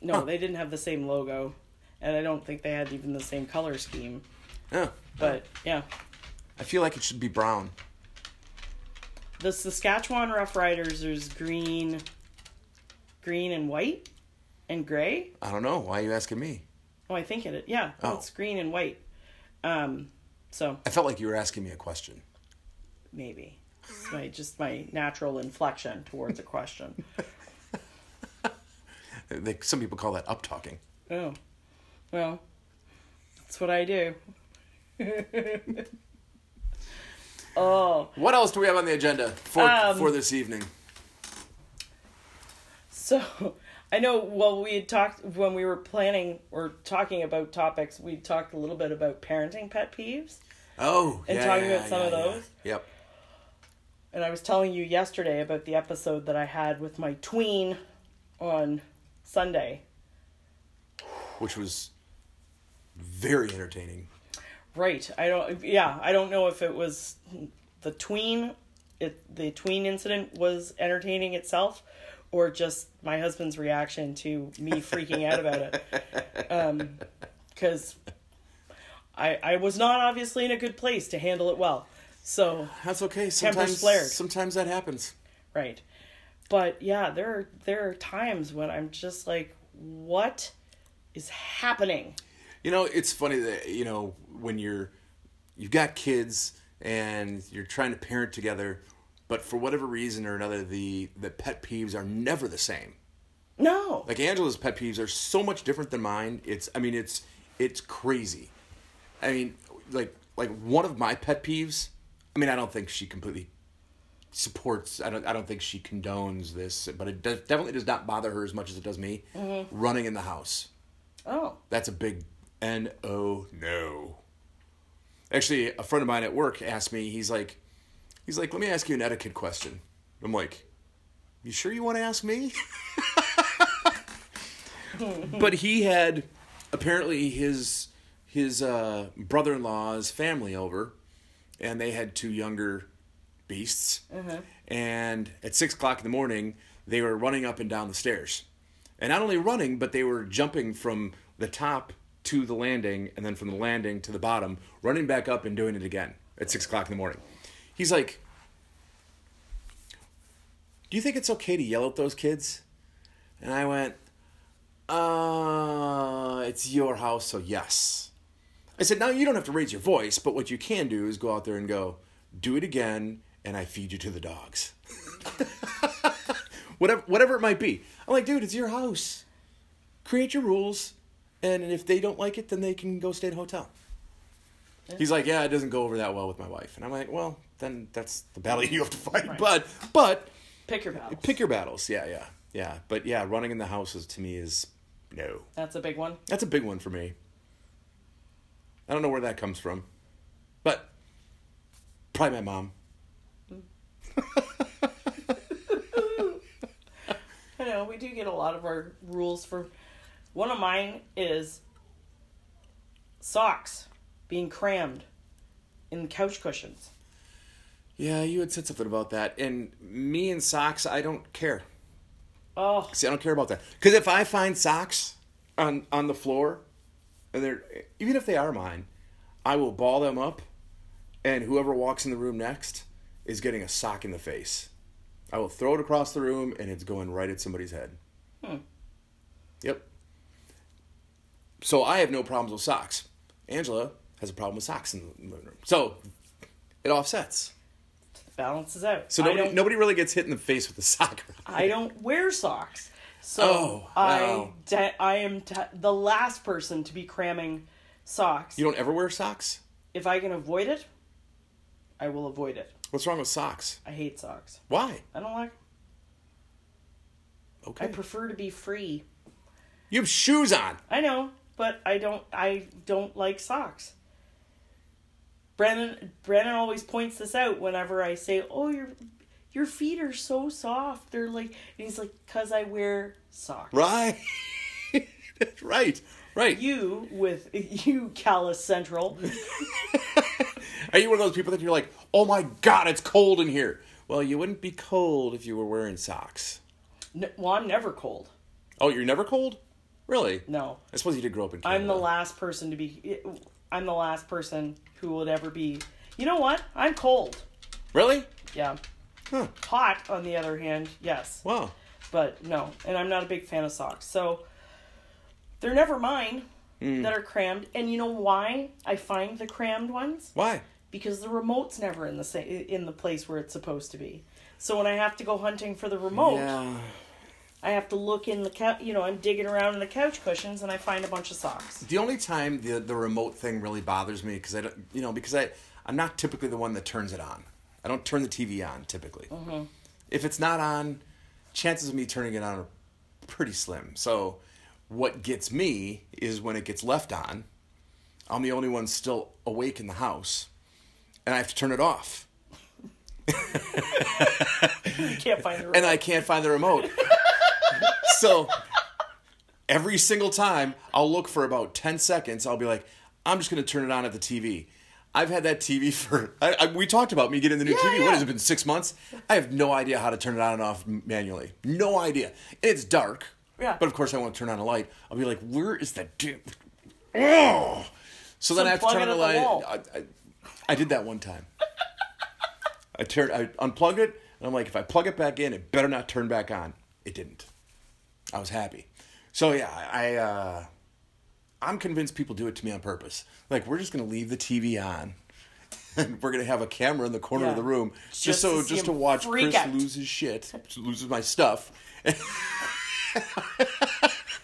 [SPEAKER 3] no, they didn't have the same logo, and I don't think they had even the same color scheme.
[SPEAKER 2] Yeah.
[SPEAKER 3] But yeah,
[SPEAKER 2] I feel like it should be brown.
[SPEAKER 3] the Saskatchewan Rough Riders is green, green and white, and gray.
[SPEAKER 2] I don't know. Why are you asking me?
[SPEAKER 3] Oh, I think it. Yeah,
[SPEAKER 2] Oh.
[SPEAKER 3] it's green and white. Um, so
[SPEAKER 2] I felt like you were asking me a question.
[SPEAKER 3] maybe it's my just my natural inflection towards a question.
[SPEAKER 2] They, some people call that up talking.
[SPEAKER 3] Oh, well, that's what I do. oh,
[SPEAKER 2] What else do we have on the agenda for
[SPEAKER 3] Um,
[SPEAKER 2] for this evening?
[SPEAKER 3] so I know. Well, we had talked when we were planning or talking about topics. We talked a little bit about parenting pet peeves,
[SPEAKER 2] Oh,
[SPEAKER 3] and
[SPEAKER 2] yeah,
[SPEAKER 3] talking
[SPEAKER 2] yeah,
[SPEAKER 3] about some
[SPEAKER 2] yeah,
[SPEAKER 3] of
[SPEAKER 2] yeah.
[SPEAKER 3] those.
[SPEAKER 2] Yep.
[SPEAKER 3] and I was telling you yesterday about the episode that I had with my tween on Sunday.
[SPEAKER 2] Which was very entertaining.
[SPEAKER 3] Right. I don't. Yeah. I don't know if it was the tween. It the tween incident was entertaining itself, or just my husband's reaction to me freaking out about it. Because I I was not obviously in a good place to handle it well. So
[SPEAKER 2] That's okay.
[SPEAKER 3] Tempers
[SPEAKER 2] Sometimes
[SPEAKER 3] flared.
[SPEAKER 2] sometimes that happens.
[SPEAKER 3] right. But yeah, there are there are times when I'm just like, what is happening?
[SPEAKER 2] You know, it's funny that you know when you're you've got kids and you're trying to parent together, but for whatever reason or another, the the pet peeves are never the same.
[SPEAKER 3] No.
[SPEAKER 2] like Angela's pet peeves are so much different than mine. It's I mean it's it's crazy. I mean like like one of my pet peeves. I mean I don't think she completely supports. I don't I don't think she condones this, but it does, definitely does not bother her as much as it does me. Running in the house.
[SPEAKER 3] oh.
[SPEAKER 2] That's a big N O no. Actually, a friend of mine at work asked me, he's like, he's like, let me ask you an etiquette question. I'm like, you sure you want to ask me? but he had apparently his his uh, brother-in-law's family over, and they had two younger beasts. And at six o'clock in the morning, they were running up and down the stairs, and not only running, but they were jumping from the top to the landing, and then from the landing to the bottom, running back up and doing it again at six o'clock in the morning. He's like, "Do you think it's okay to yell at those kids?" And I went, uh, it's your house, so yes. I said, now you don't have to raise your voice, but what you can do is go out there and go, do it again, and I feed you to the dogs. whatever, whatever it might be. I'm like, dude, it's your house. Create your rules, and if they don't like it, then they can go stay at a hotel. He's like, yeah, it doesn't go over that well with my wife, and I'm like, well, then that's the battle you have to fight.
[SPEAKER 3] Right.
[SPEAKER 2] But, but
[SPEAKER 3] Pick your battles.
[SPEAKER 2] pick your battles. Yeah, yeah, yeah. But yeah, running in the house is to me is no.
[SPEAKER 3] That's a big one.
[SPEAKER 2] That's a big one for me. I don't know where that comes from, but probably my mom.
[SPEAKER 3] I know we do get a lot of our rules for. One of mine is socks being crammed in couch cushions.
[SPEAKER 2] Yeah, you had said something about that. And me and socks, I don't care.
[SPEAKER 3] Oh,
[SPEAKER 2] See, I don't care about that. Because if I find socks on on the floor, and they're even if they are mine, I will ball them up, and whoever walks in the room next is getting a sock in the face. I will throw it across the room, and it's going right at somebody's head.
[SPEAKER 3] Hmm.
[SPEAKER 2] Yep. So I have no problems with socks. Angela has a problem with socks in the living room. So it offsets.
[SPEAKER 3] balances out.
[SPEAKER 2] So
[SPEAKER 3] I
[SPEAKER 2] nobody
[SPEAKER 3] don't-
[SPEAKER 2] nobody really gets hit in the face with a sock.
[SPEAKER 3] I don't wear socks. So
[SPEAKER 2] Oh,
[SPEAKER 3] I
[SPEAKER 2] wow.
[SPEAKER 3] de- I am de- the last person to be cramming socks.
[SPEAKER 2] You don't ever wear socks.
[SPEAKER 3] if I can avoid it, I will avoid it.
[SPEAKER 2] What's wrong with socks?
[SPEAKER 3] I hate socks.
[SPEAKER 2] Why?
[SPEAKER 3] I don't like.
[SPEAKER 2] Okay.
[SPEAKER 3] I prefer to be free.
[SPEAKER 2] You have shoes on.
[SPEAKER 3] I know, but I don't. I don't like socks. Brandon Brandon always points this out whenever I say, "Oh, your your feet are so soft." They're like, and he's like, "Cause I wear socks."
[SPEAKER 2] Right. right. Right.
[SPEAKER 3] You with you callous central.
[SPEAKER 2] Are you one of those people that you're like, oh my God, it's cold in here? Well, you wouldn't be cold if you were wearing socks.
[SPEAKER 3] N well, I'm never cold.
[SPEAKER 2] Oh, you're never cold? Really?
[SPEAKER 3] No,
[SPEAKER 2] I suppose you did grow up in Canada.
[SPEAKER 3] I'm the last person to be. I'm the last person who would ever be. You know what? I'm cold.
[SPEAKER 2] Really?
[SPEAKER 3] Yeah.
[SPEAKER 2] Huh.
[SPEAKER 3] Hot, on the other hand, yes.
[SPEAKER 2] Wow.
[SPEAKER 3] But no, and I'm not a big fan of socks. So they're never mine
[SPEAKER 2] Mm.
[SPEAKER 3] that are crammed. And you know why I find the crammed ones?
[SPEAKER 2] Why?
[SPEAKER 3] Because the remote's never in the sa- in the place where it's supposed to be. So when I have to go hunting for the remote,
[SPEAKER 2] Yeah.
[SPEAKER 3] I have to look in the couch. You know, I'm digging around in the couch cushions and I find a bunch of socks.
[SPEAKER 2] The only time the the remote thing really bothers me because I don't, you know, because I I'm not typically the one that turns it on. I don't turn the TV on typically. If it's not on, chances of me turning it on are pretty slim. So, what gets me is when it gets left on. I'm the only one still awake in the house, and I have to turn it off,
[SPEAKER 3] You can't find the remote.
[SPEAKER 2] and I can't find the remote. so, every single time I'll look for about 10 seconds. I'll be like, I'm just going to turn it on at the TV. I've had that TV for, I, I, we talked about me getting the new TV.
[SPEAKER 3] yeah.
[SPEAKER 2] What has it been, six months? I have no idea how to turn it on and off m- manually. No idea. And it's dark.
[SPEAKER 3] Yeah.
[SPEAKER 2] But of course, I won't turn on a light. I'll be like, where is that damn. Oh! So, then I have to
[SPEAKER 3] plug
[SPEAKER 2] turn
[SPEAKER 3] it
[SPEAKER 2] on a
[SPEAKER 3] at the
[SPEAKER 2] light.
[SPEAKER 3] wall.
[SPEAKER 2] I, I, I did that one time. I turned, I unplugged it, and I'm like, if I plug it back in, it better not turn back on. It didn't. I was happy. So yeah, I uh, I'm convinced people do it to me on purpose. Like we're just gonna leave the TV on, and we're gonna have a camera in the corner
[SPEAKER 3] Yeah.
[SPEAKER 2] of the room just,
[SPEAKER 3] Just
[SPEAKER 2] so
[SPEAKER 3] to see
[SPEAKER 2] just to
[SPEAKER 3] him
[SPEAKER 2] watch
[SPEAKER 3] freak
[SPEAKER 2] Chris
[SPEAKER 3] out.
[SPEAKER 2] lose his shit, loses my stuff.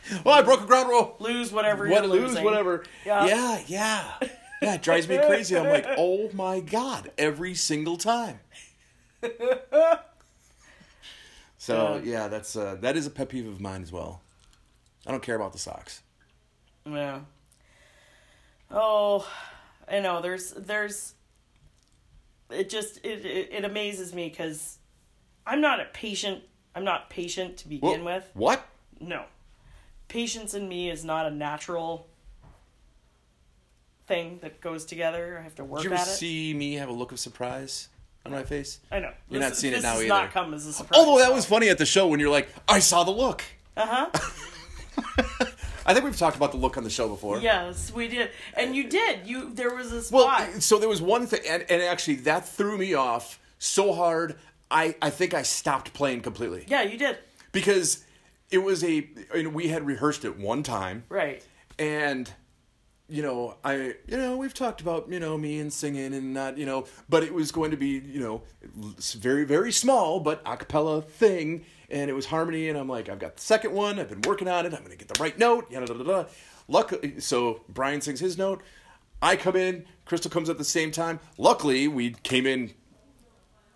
[SPEAKER 2] well, I broke a ground rule.
[SPEAKER 3] lose whatever
[SPEAKER 2] What
[SPEAKER 3] you're
[SPEAKER 2] lose
[SPEAKER 3] losing.
[SPEAKER 2] whatever?
[SPEAKER 3] Yeah.
[SPEAKER 2] yeah, yeah, yeah. It drives me crazy. I'm like, oh my god, every single time. So yeah, that's uh, that is a pet peeve of mine as well. I don't care about the socks.
[SPEAKER 3] Yeah. Oh, I know. There's there's. It just it it, it amazes me because I'm not a patient. I'm not patient to begin
[SPEAKER 2] Wha-
[SPEAKER 3] with.
[SPEAKER 2] What?
[SPEAKER 3] No, patience in me is not a natural thing that goes together. I have to work
[SPEAKER 2] Did you ever
[SPEAKER 3] at it.
[SPEAKER 2] see me have a look of surprise on my face?
[SPEAKER 3] I know.
[SPEAKER 2] You're
[SPEAKER 3] This-
[SPEAKER 2] not seeing it
[SPEAKER 3] this
[SPEAKER 2] now
[SPEAKER 3] does
[SPEAKER 2] either.
[SPEAKER 3] Not come as a surprise.
[SPEAKER 2] Although that was funny at the show when you're like, I saw the look.
[SPEAKER 3] Uh huh.
[SPEAKER 2] I think we've talked about the look on the show before.
[SPEAKER 3] yes, we did, and you did. You there was a
[SPEAKER 2] Well,
[SPEAKER 3] spot.
[SPEAKER 2] so there was one thing, and, and actually that threw me off so hard. I, I think I stopped playing completely
[SPEAKER 3] yeah, you did.
[SPEAKER 2] because it was a and we had rehearsed it one time
[SPEAKER 3] Right.
[SPEAKER 2] and you know i you know we've talked about you know me and singing and not you know but it was going to be you know s- very very small but a cappella thing and it was harmony and i'm like i've got the second one i've been working on it i'm going to get the right note yada, yada, yada. luckily so brian sings his note i come in crystal comes at the same time luckily we came in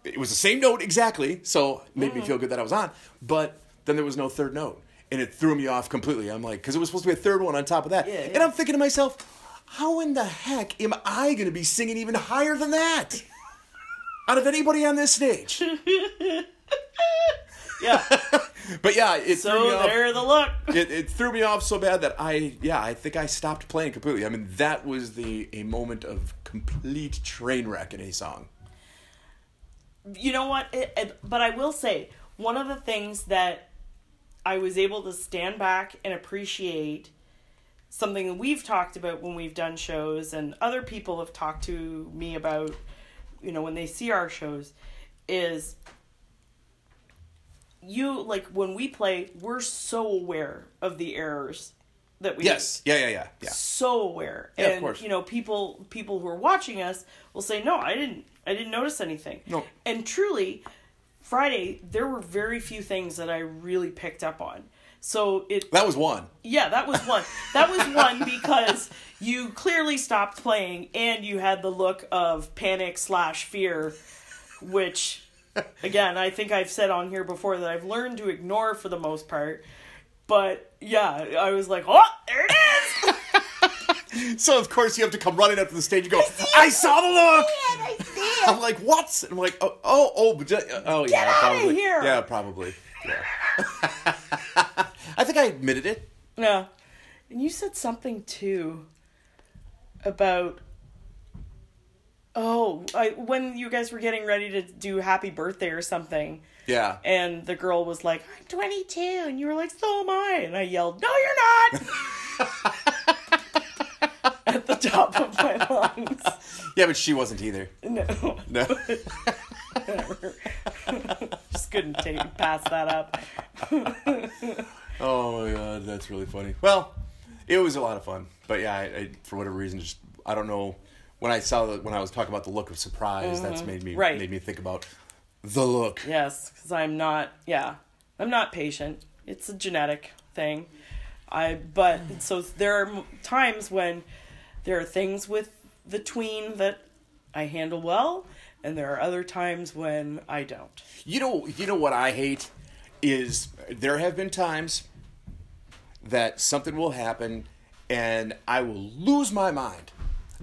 [SPEAKER 2] it was the same note exactly, so it made me
[SPEAKER 3] Oh.
[SPEAKER 2] feel good that I was on. But then there was no third note, and it threw me off completely. I'm like, because it was supposed to be a third one on top of that,
[SPEAKER 3] Yeah, yeah.
[SPEAKER 2] and I'm thinking to myself, how in the heck am I going to be singing even higher than that? out of anybody on this stage.
[SPEAKER 3] Yeah.
[SPEAKER 2] But yeah, it threw
[SPEAKER 3] So
[SPEAKER 2] me off.
[SPEAKER 3] there the look.
[SPEAKER 2] It, it threw me off so bad that I yeah I think I stopped playing completely. I mean that was the a moment of complete train wreck in a song.
[SPEAKER 3] you know what it, it- but i will say one of the things that i was able to stand back and appreciate something that we've talked about when we've done shows and other people have talked to me about you know when they see our shows is you like when we play we're so aware of the errors that we
[SPEAKER 2] Yes, yeah, yeah, yeah, yeah.
[SPEAKER 3] so aware
[SPEAKER 2] Yeah, of
[SPEAKER 3] and
[SPEAKER 2] course.
[SPEAKER 3] you know people people who are watching us will say no i didn't i didn't notice anything
[SPEAKER 2] No.
[SPEAKER 3] and truly friday there were very few things that i really picked up on so it
[SPEAKER 2] That was one.
[SPEAKER 3] yeah that was one that was one because you clearly stopped playing and you had the look of panic slash fear which again i think i've said on here before that i've learned to ignore for the most part but yeah i was like oh there it is
[SPEAKER 2] So of course you have to come running up to the stage and go, I saw the look. I'm like, what? And I'm like, oh, oh, oh, but ju- oh yeah,
[SPEAKER 3] outta
[SPEAKER 2] probably.
[SPEAKER 3] here.
[SPEAKER 2] Yeah, probably. Yeah. I think I admitted it.
[SPEAKER 3] No. And you said something too about oh, I, when you guys were getting ready to do happy birthday or something
[SPEAKER 2] Yeah.
[SPEAKER 3] and the girl was like, "I'm 22." And you were like, "So am I." And I yelled, "No, you're not." At the top of my lungs.
[SPEAKER 2] yeah, but she wasn't either.
[SPEAKER 3] No.
[SPEAKER 2] No.
[SPEAKER 3] Just couldn't take pass that up.
[SPEAKER 2] oh my god, that's really funny. Well, it was a lot of fun, but yeah, I, I for whatever reason, just I don't know. When I saw the, when I was talking about the look of surprise, that's made me
[SPEAKER 3] Mm-hmm. Right.
[SPEAKER 2] made me think about the look.
[SPEAKER 3] Yes, because I'm not. Yeah, I'm not patient. It's a genetic thing. I but so there are m- times when there are things with the tween that I handle well, and there are other times when I don't.
[SPEAKER 2] You know, you know what I hate is there have been times that something will happen and I will lose my mind.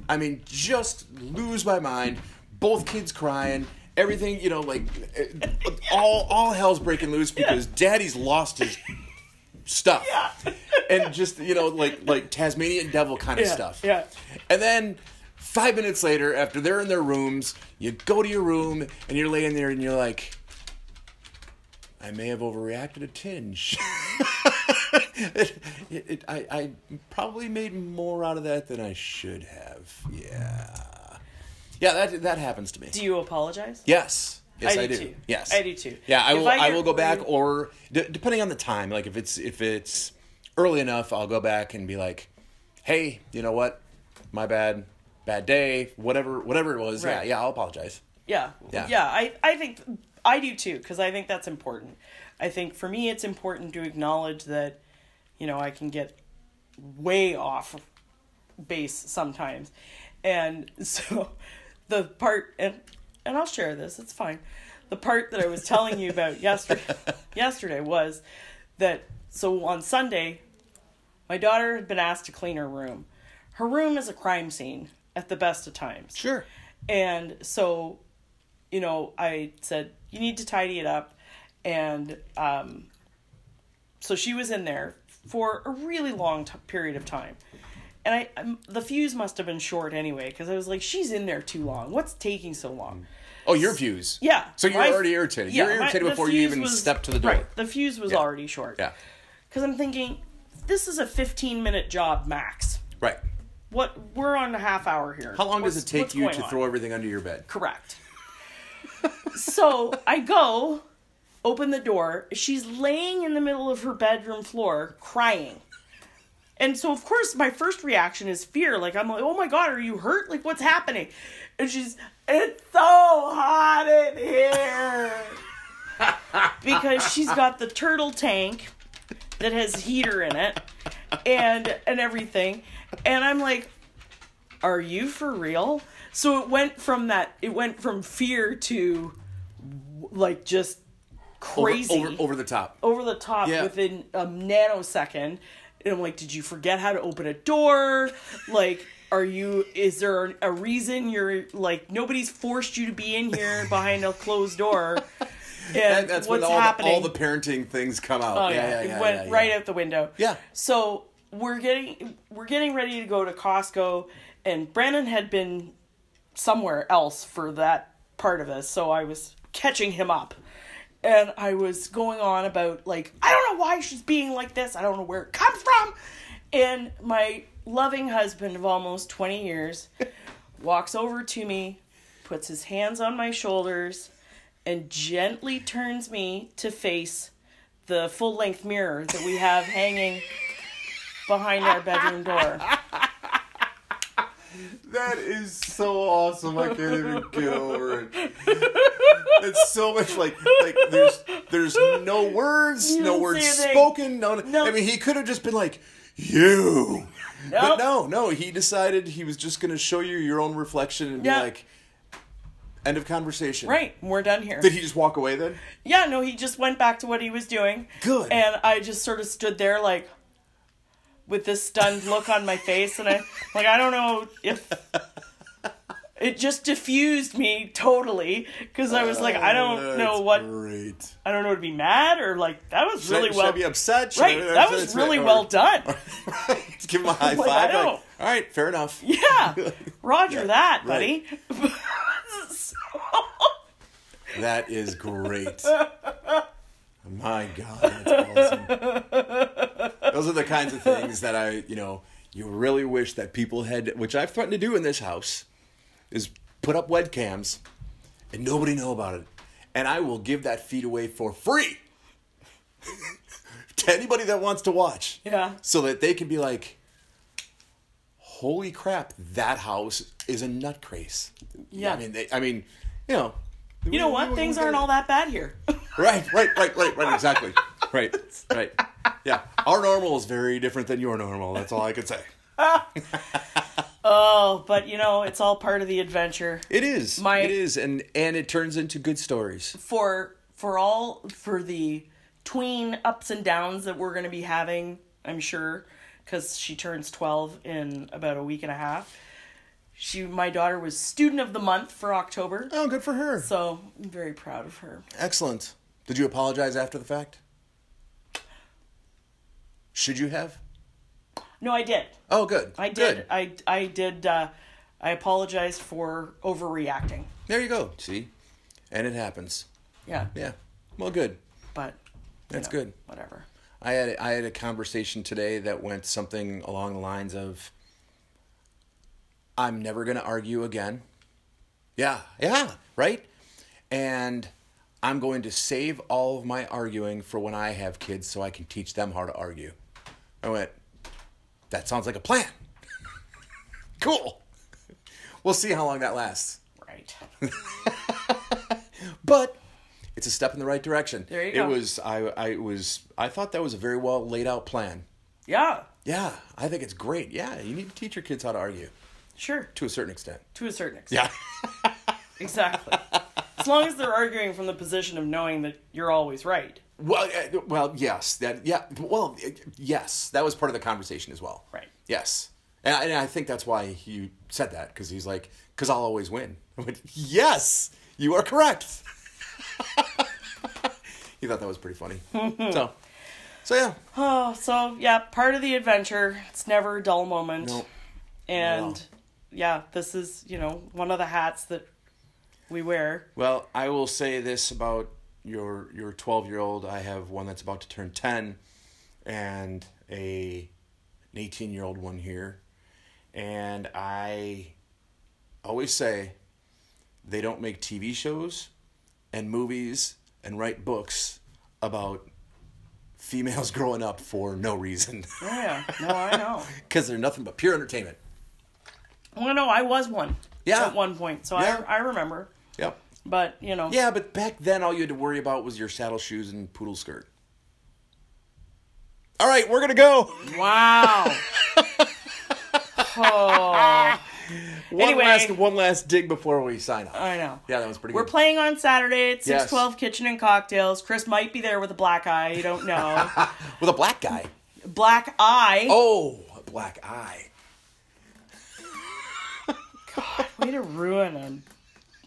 [SPEAKER 2] I mean, just lose my mind. Both kids crying, everything, you know, like eh, all all hell's breaking loose because daddy's lost his stuff. And just, you know, like like Tasmanian devil kind of
[SPEAKER 3] Yeah,
[SPEAKER 2] stuff.
[SPEAKER 3] yeah.
[SPEAKER 2] And then five minutes later, after they're in their rooms, you go to your room and you're laying there and you're like, I may have overreacted a tinge. it, it, I, I probably made more out of that than I should have. Yeah. Yeah, that, that happens to me.
[SPEAKER 3] Do you apologize?
[SPEAKER 2] Yes. Yes, I,
[SPEAKER 3] I do
[SPEAKER 2] do.
[SPEAKER 3] too.
[SPEAKER 2] Yes,
[SPEAKER 3] I do too.
[SPEAKER 2] Yeah, I
[SPEAKER 3] If
[SPEAKER 2] will.
[SPEAKER 3] I
[SPEAKER 2] I,
[SPEAKER 3] get
[SPEAKER 2] will go back,
[SPEAKER 3] really-
[SPEAKER 2] or d- depending on the time, like if it's if it's early enough, I'll go back and be like, "Hey, you know what? My bad, bad day. Whatever, whatever it was.
[SPEAKER 3] Right.
[SPEAKER 2] Yeah, yeah. I'll apologize.
[SPEAKER 3] Yeah.
[SPEAKER 2] Yeah.
[SPEAKER 3] I, I think I do too, because I think that's important. I think for me, it's important to acknowledge that, you know, I can get way off base sometimes. And so the part, and, and I'll share this, it's fine. The part that I was telling you about yesterday, yesterday was that, so on Sunday, my daughter had been asked to clean her room. Her room is a crime scene at the best of times.
[SPEAKER 2] Sure.
[SPEAKER 3] And so, you know, I said, you need to tidy it up. And um, so she was in there for a really long t- period of time. And I, um, the fuse must have been short anyway, because I was like, she's in there too long. What's taking so long?
[SPEAKER 2] Oh, your views.
[SPEAKER 3] Yeah.
[SPEAKER 2] So you're
[SPEAKER 3] my-
[SPEAKER 2] already irritated.
[SPEAKER 3] yeah,
[SPEAKER 2] you're
[SPEAKER 3] my-
[SPEAKER 2] irritated
[SPEAKER 3] the
[SPEAKER 2] before you
[SPEAKER 3] fuse
[SPEAKER 2] even
[SPEAKER 3] was-
[SPEAKER 2] step to the door.
[SPEAKER 3] Right, the fuse was
[SPEAKER 2] Yeah.
[SPEAKER 3] already short.
[SPEAKER 2] Yeah.
[SPEAKER 3] Because I'm thinking, this is a 15 minute job max.
[SPEAKER 2] Right.
[SPEAKER 3] What we're on a half hour here.
[SPEAKER 2] How long does
[SPEAKER 3] What's-
[SPEAKER 2] it
[SPEAKER 3] what's
[SPEAKER 2] take you
[SPEAKER 3] going
[SPEAKER 2] to
[SPEAKER 3] on?
[SPEAKER 2] throw everything under your bed?
[SPEAKER 3] Correct. so I go, open the door. She's laying in the middle of her bedroom floor crying. And so, of course, my first reaction is fear. Like, I'm like, oh my God, are you hurt? Like, what's happening? And she's, it's so hot in here. because she's got the turtle tank that has heater in it and and everything and i'm like are you for real so it went from that it went from fear to w- like just
[SPEAKER 2] Over-
[SPEAKER 3] crazy Oh,
[SPEAKER 2] Over, over, the top.
[SPEAKER 3] over the top
[SPEAKER 2] Yeah.
[SPEAKER 3] within a nanosecond And I'm like, did you forget how to open a door? Like, are you, is there a reason you're like, nobody's forced you to be in here behind a closed door?
[SPEAKER 2] That-
[SPEAKER 3] And
[SPEAKER 2] that's
[SPEAKER 3] what's
[SPEAKER 2] when all the,
[SPEAKER 3] happening?
[SPEAKER 2] all the parenting things come out.
[SPEAKER 3] Oh,
[SPEAKER 2] yeah,
[SPEAKER 3] yeah,
[SPEAKER 2] yeah,
[SPEAKER 3] it
[SPEAKER 2] yeah,
[SPEAKER 3] went
[SPEAKER 2] yeah,
[SPEAKER 3] right
[SPEAKER 2] yeah.
[SPEAKER 3] out the window.
[SPEAKER 2] Yeah.
[SPEAKER 3] So we're getting we're getting ready to go to Costco, and Brandon had been somewhere else for that part of this, so I was catching him up, and I was going on about like I don't know why she's being like this. I don't know where it comes from, and my loving husband of almost twenty years walks over to me, puts his hands on my shoulders, and gently turns me to face the full length mirror that we have hanging behind our bedroom door.
[SPEAKER 2] That is so awesome. I can't even get over it. It's so much like like there's there's no words,
[SPEAKER 3] You
[SPEAKER 2] no
[SPEAKER 3] don't
[SPEAKER 2] words
[SPEAKER 3] say a thing.
[SPEAKER 2] spoken. No, no,
[SPEAKER 3] No.
[SPEAKER 2] I mean he could have just been like you, but
[SPEAKER 3] Nope.
[SPEAKER 2] no, no. He decided he was just gonna show you your own reflection and
[SPEAKER 3] Yeah.
[SPEAKER 2] be like, end of conversation.
[SPEAKER 3] Right, we're done here.
[SPEAKER 2] Did he just walk away then?
[SPEAKER 3] yeah, no, he just went back to what he was doing.
[SPEAKER 2] Good.
[SPEAKER 3] And I just sort of stood there like with this stunned look on my face and I like I don't know if it just diffused me totally because I was like I
[SPEAKER 2] Oh,
[SPEAKER 3] don't know
[SPEAKER 2] that's
[SPEAKER 3] what
[SPEAKER 2] Great.
[SPEAKER 3] I don't know to be mad or like that was
[SPEAKER 2] Should I-
[SPEAKER 3] really
[SPEAKER 2] should I
[SPEAKER 3] well
[SPEAKER 2] be upset? Should I-
[SPEAKER 3] right that
[SPEAKER 2] it's-
[SPEAKER 3] was really
[SPEAKER 2] or-
[SPEAKER 3] well done
[SPEAKER 2] Give him a high
[SPEAKER 3] Like, I
[SPEAKER 2] five.
[SPEAKER 3] don't-
[SPEAKER 2] Like, all right, fair enough.
[SPEAKER 3] yeah Roger that buddy
[SPEAKER 2] right. That is great. My God, that's awesome. Those are the kinds of things that I, you know, you really wish that people had, which I've threatened to do in this house, is put up webcams and nobody know about it. And I will give that feed away for free to anybody that wants to watch.
[SPEAKER 3] Yeah.
[SPEAKER 2] So that they can be like, holy crap, that house is a nut craze.
[SPEAKER 3] Yeah.
[SPEAKER 2] I mean, they, I mean, you know.
[SPEAKER 3] You know what? Things aren't all that bad here.
[SPEAKER 2] Right, right, right, right, right, exactly. Right, right. Yeah. Our normal is very different than your normal. That's all I could say.
[SPEAKER 3] oh, but you know, it's all part of the adventure.
[SPEAKER 2] It is.
[SPEAKER 3] My-
[SPEAKER 2] it is. And and it turns into good stories.
[SPEAKER 3] For for all for the tween ups and downs that we're going to be having, I'm sure, cuz she turns 12 in about a week and a half. She my daughter was student of the month for October.
[SPEAKER 2] Oh, good for her.
[SPEAKER 3] So, I'm very proud of her.
[SPEAKER 2] Excellent. Did you apologize after the fact? Should you have?
[SPEAKER 3] No, I did.
[SPEAKER 2] Oh, good.
[SPEAKER 3] I
[SPEAKER 2] Good.
[SPEAKER 3] did. I I did uh I apologize for overreacting.
[SPEAKER 2] There you go. See? And it happens.
[SPEAKER 3] Yeah.
[SPEAKER 2] Yeah. Well, good.
[SPEAKER 3] But
[SPEAKER 2] That's
[SPEAKER 3] know,
[SPEAKER 2] good.
[SPEAKER 3] Whatever.
[SPEAKER 2] I had I had a conversation today that went something along the lines of I'm never going to argue again. Yeah, yeah, right? And I'm going to save all of my arguing for when I have kids so I can teach them how to argue. I went, that sounds like a plan. cool. We'll see how long that lasts.
[SPEAKER 3] Right.
[SPEAKER 2] But it's a step in the right direction.
[SPEAKER 3] There you
[SPEAKER 2] it
[SPEAKER 3] go.
[SPEAKER 2] was I I was I thought that was a very well laid out plan.
[SPEAKER 3] Yeah.
[SPEAKER 2] Yeah, I think it's great. Yeah, you need to teach your kids how to argue
[SPEAKER 3] Sure.
[SPEAKER 2] to a certain extent.
[SPEAKER 3] To a certain extent.
[SPEAKER 2] Yeah.
[SPEAKER 3] Exactly. as long as they're arguing from the position of knowing that you're always right.
[SPEAKER 2] Well, uh, well, yes. That yeah. Well, uh, yes. That was part of the conversation as well.
[SPEAKER 3] Right.
[SPEAKER 2] Yes. And I, and I think that's why he said that because he's like, because I'll always win. I went, yes, you are correct. he thought that was pretty funny. so, so yeah.
[SPEAKER 3] Oh, so yeah, part of the adventure. It's never a dull moment.
[SPEAKER 2] Nope.
[SPEAKER 3] And
[SPEAKER 2] No.
[SPEAKER 3] yeah, this is, you know, one of the hats that we wear.
[SPEAKER 2] Well, I will say this about your your twelve year old. I have one that's about to turn ten, and a an eighteen year old one here, and I always say they don't make TV shows and movies and write books about females growing up for no reason
[SPEAKER 3] Oh, yeah. No, I know.
[SPEAKER 2] because they're nothing but pure entertainment.
[SPEAKER 3] well, no, I was one.
[SPEAKER 2] Yeah.
[SPEAKER 3] At one point. So
[SPEAKER 2] Yeah.
[SPEAKER 3] I I remember.
[SPEAKER 2] Yep.
[SPEAKER 3] But, you know.
[SPEAKER 2] Yeah, but back then all you had to worry about was your saddle shoes and poodle skirt. All right, we're gonna go.
[SPEAKER 3] Wow. oh,
[SPEAKER 2] One
[SPEAKER 3] Anyway.
[SPEAKER 2] last one last dig before we sign off.
[SPEAKER 3] I know.
[SPEAKER 2] yeah, that was pretty
[SPEAKER 3] We're
[SPEAKER 2] good.
[SPEAKER 3] playing on Saturday at
[SPEAKER 2] Yes.
[SPEAKER 3] 612 Kitchen and Cocktails. Chris might be there with a black eye. You don't know.
[SPEAKER 2] With a black guy.
[SPEAKER 3] black eye.
[SPEAKER 2] Oh, a black eye.
[SPEAKER 3] Way to ruin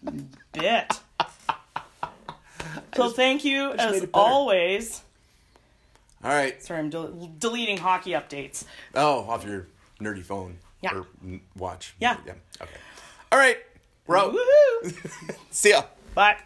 [SPEAKER 3] a bit. So thank you
[SPEAKER 2] made
[SPEAKER 3] as
[SPEAKER 2] it better.
[SPEAKER 3] always.
[SPEAKER 2] All right.
[SPEAKER 3] Sorry, I'm del- deleting hockey updates.
[SPEAKER 2] Oh, off your nerdy phone
[SPEAKER 3] Yeah.
[SPEAKER 2] or n- watch.
[SPEAKER 3] Yeah.
[SPEAKER 2] Okay. All right. We're out.
[SPEAKER 3] Woohoo!
[SPEAKER 2] See ya.
[SPEAKER 3] Bye.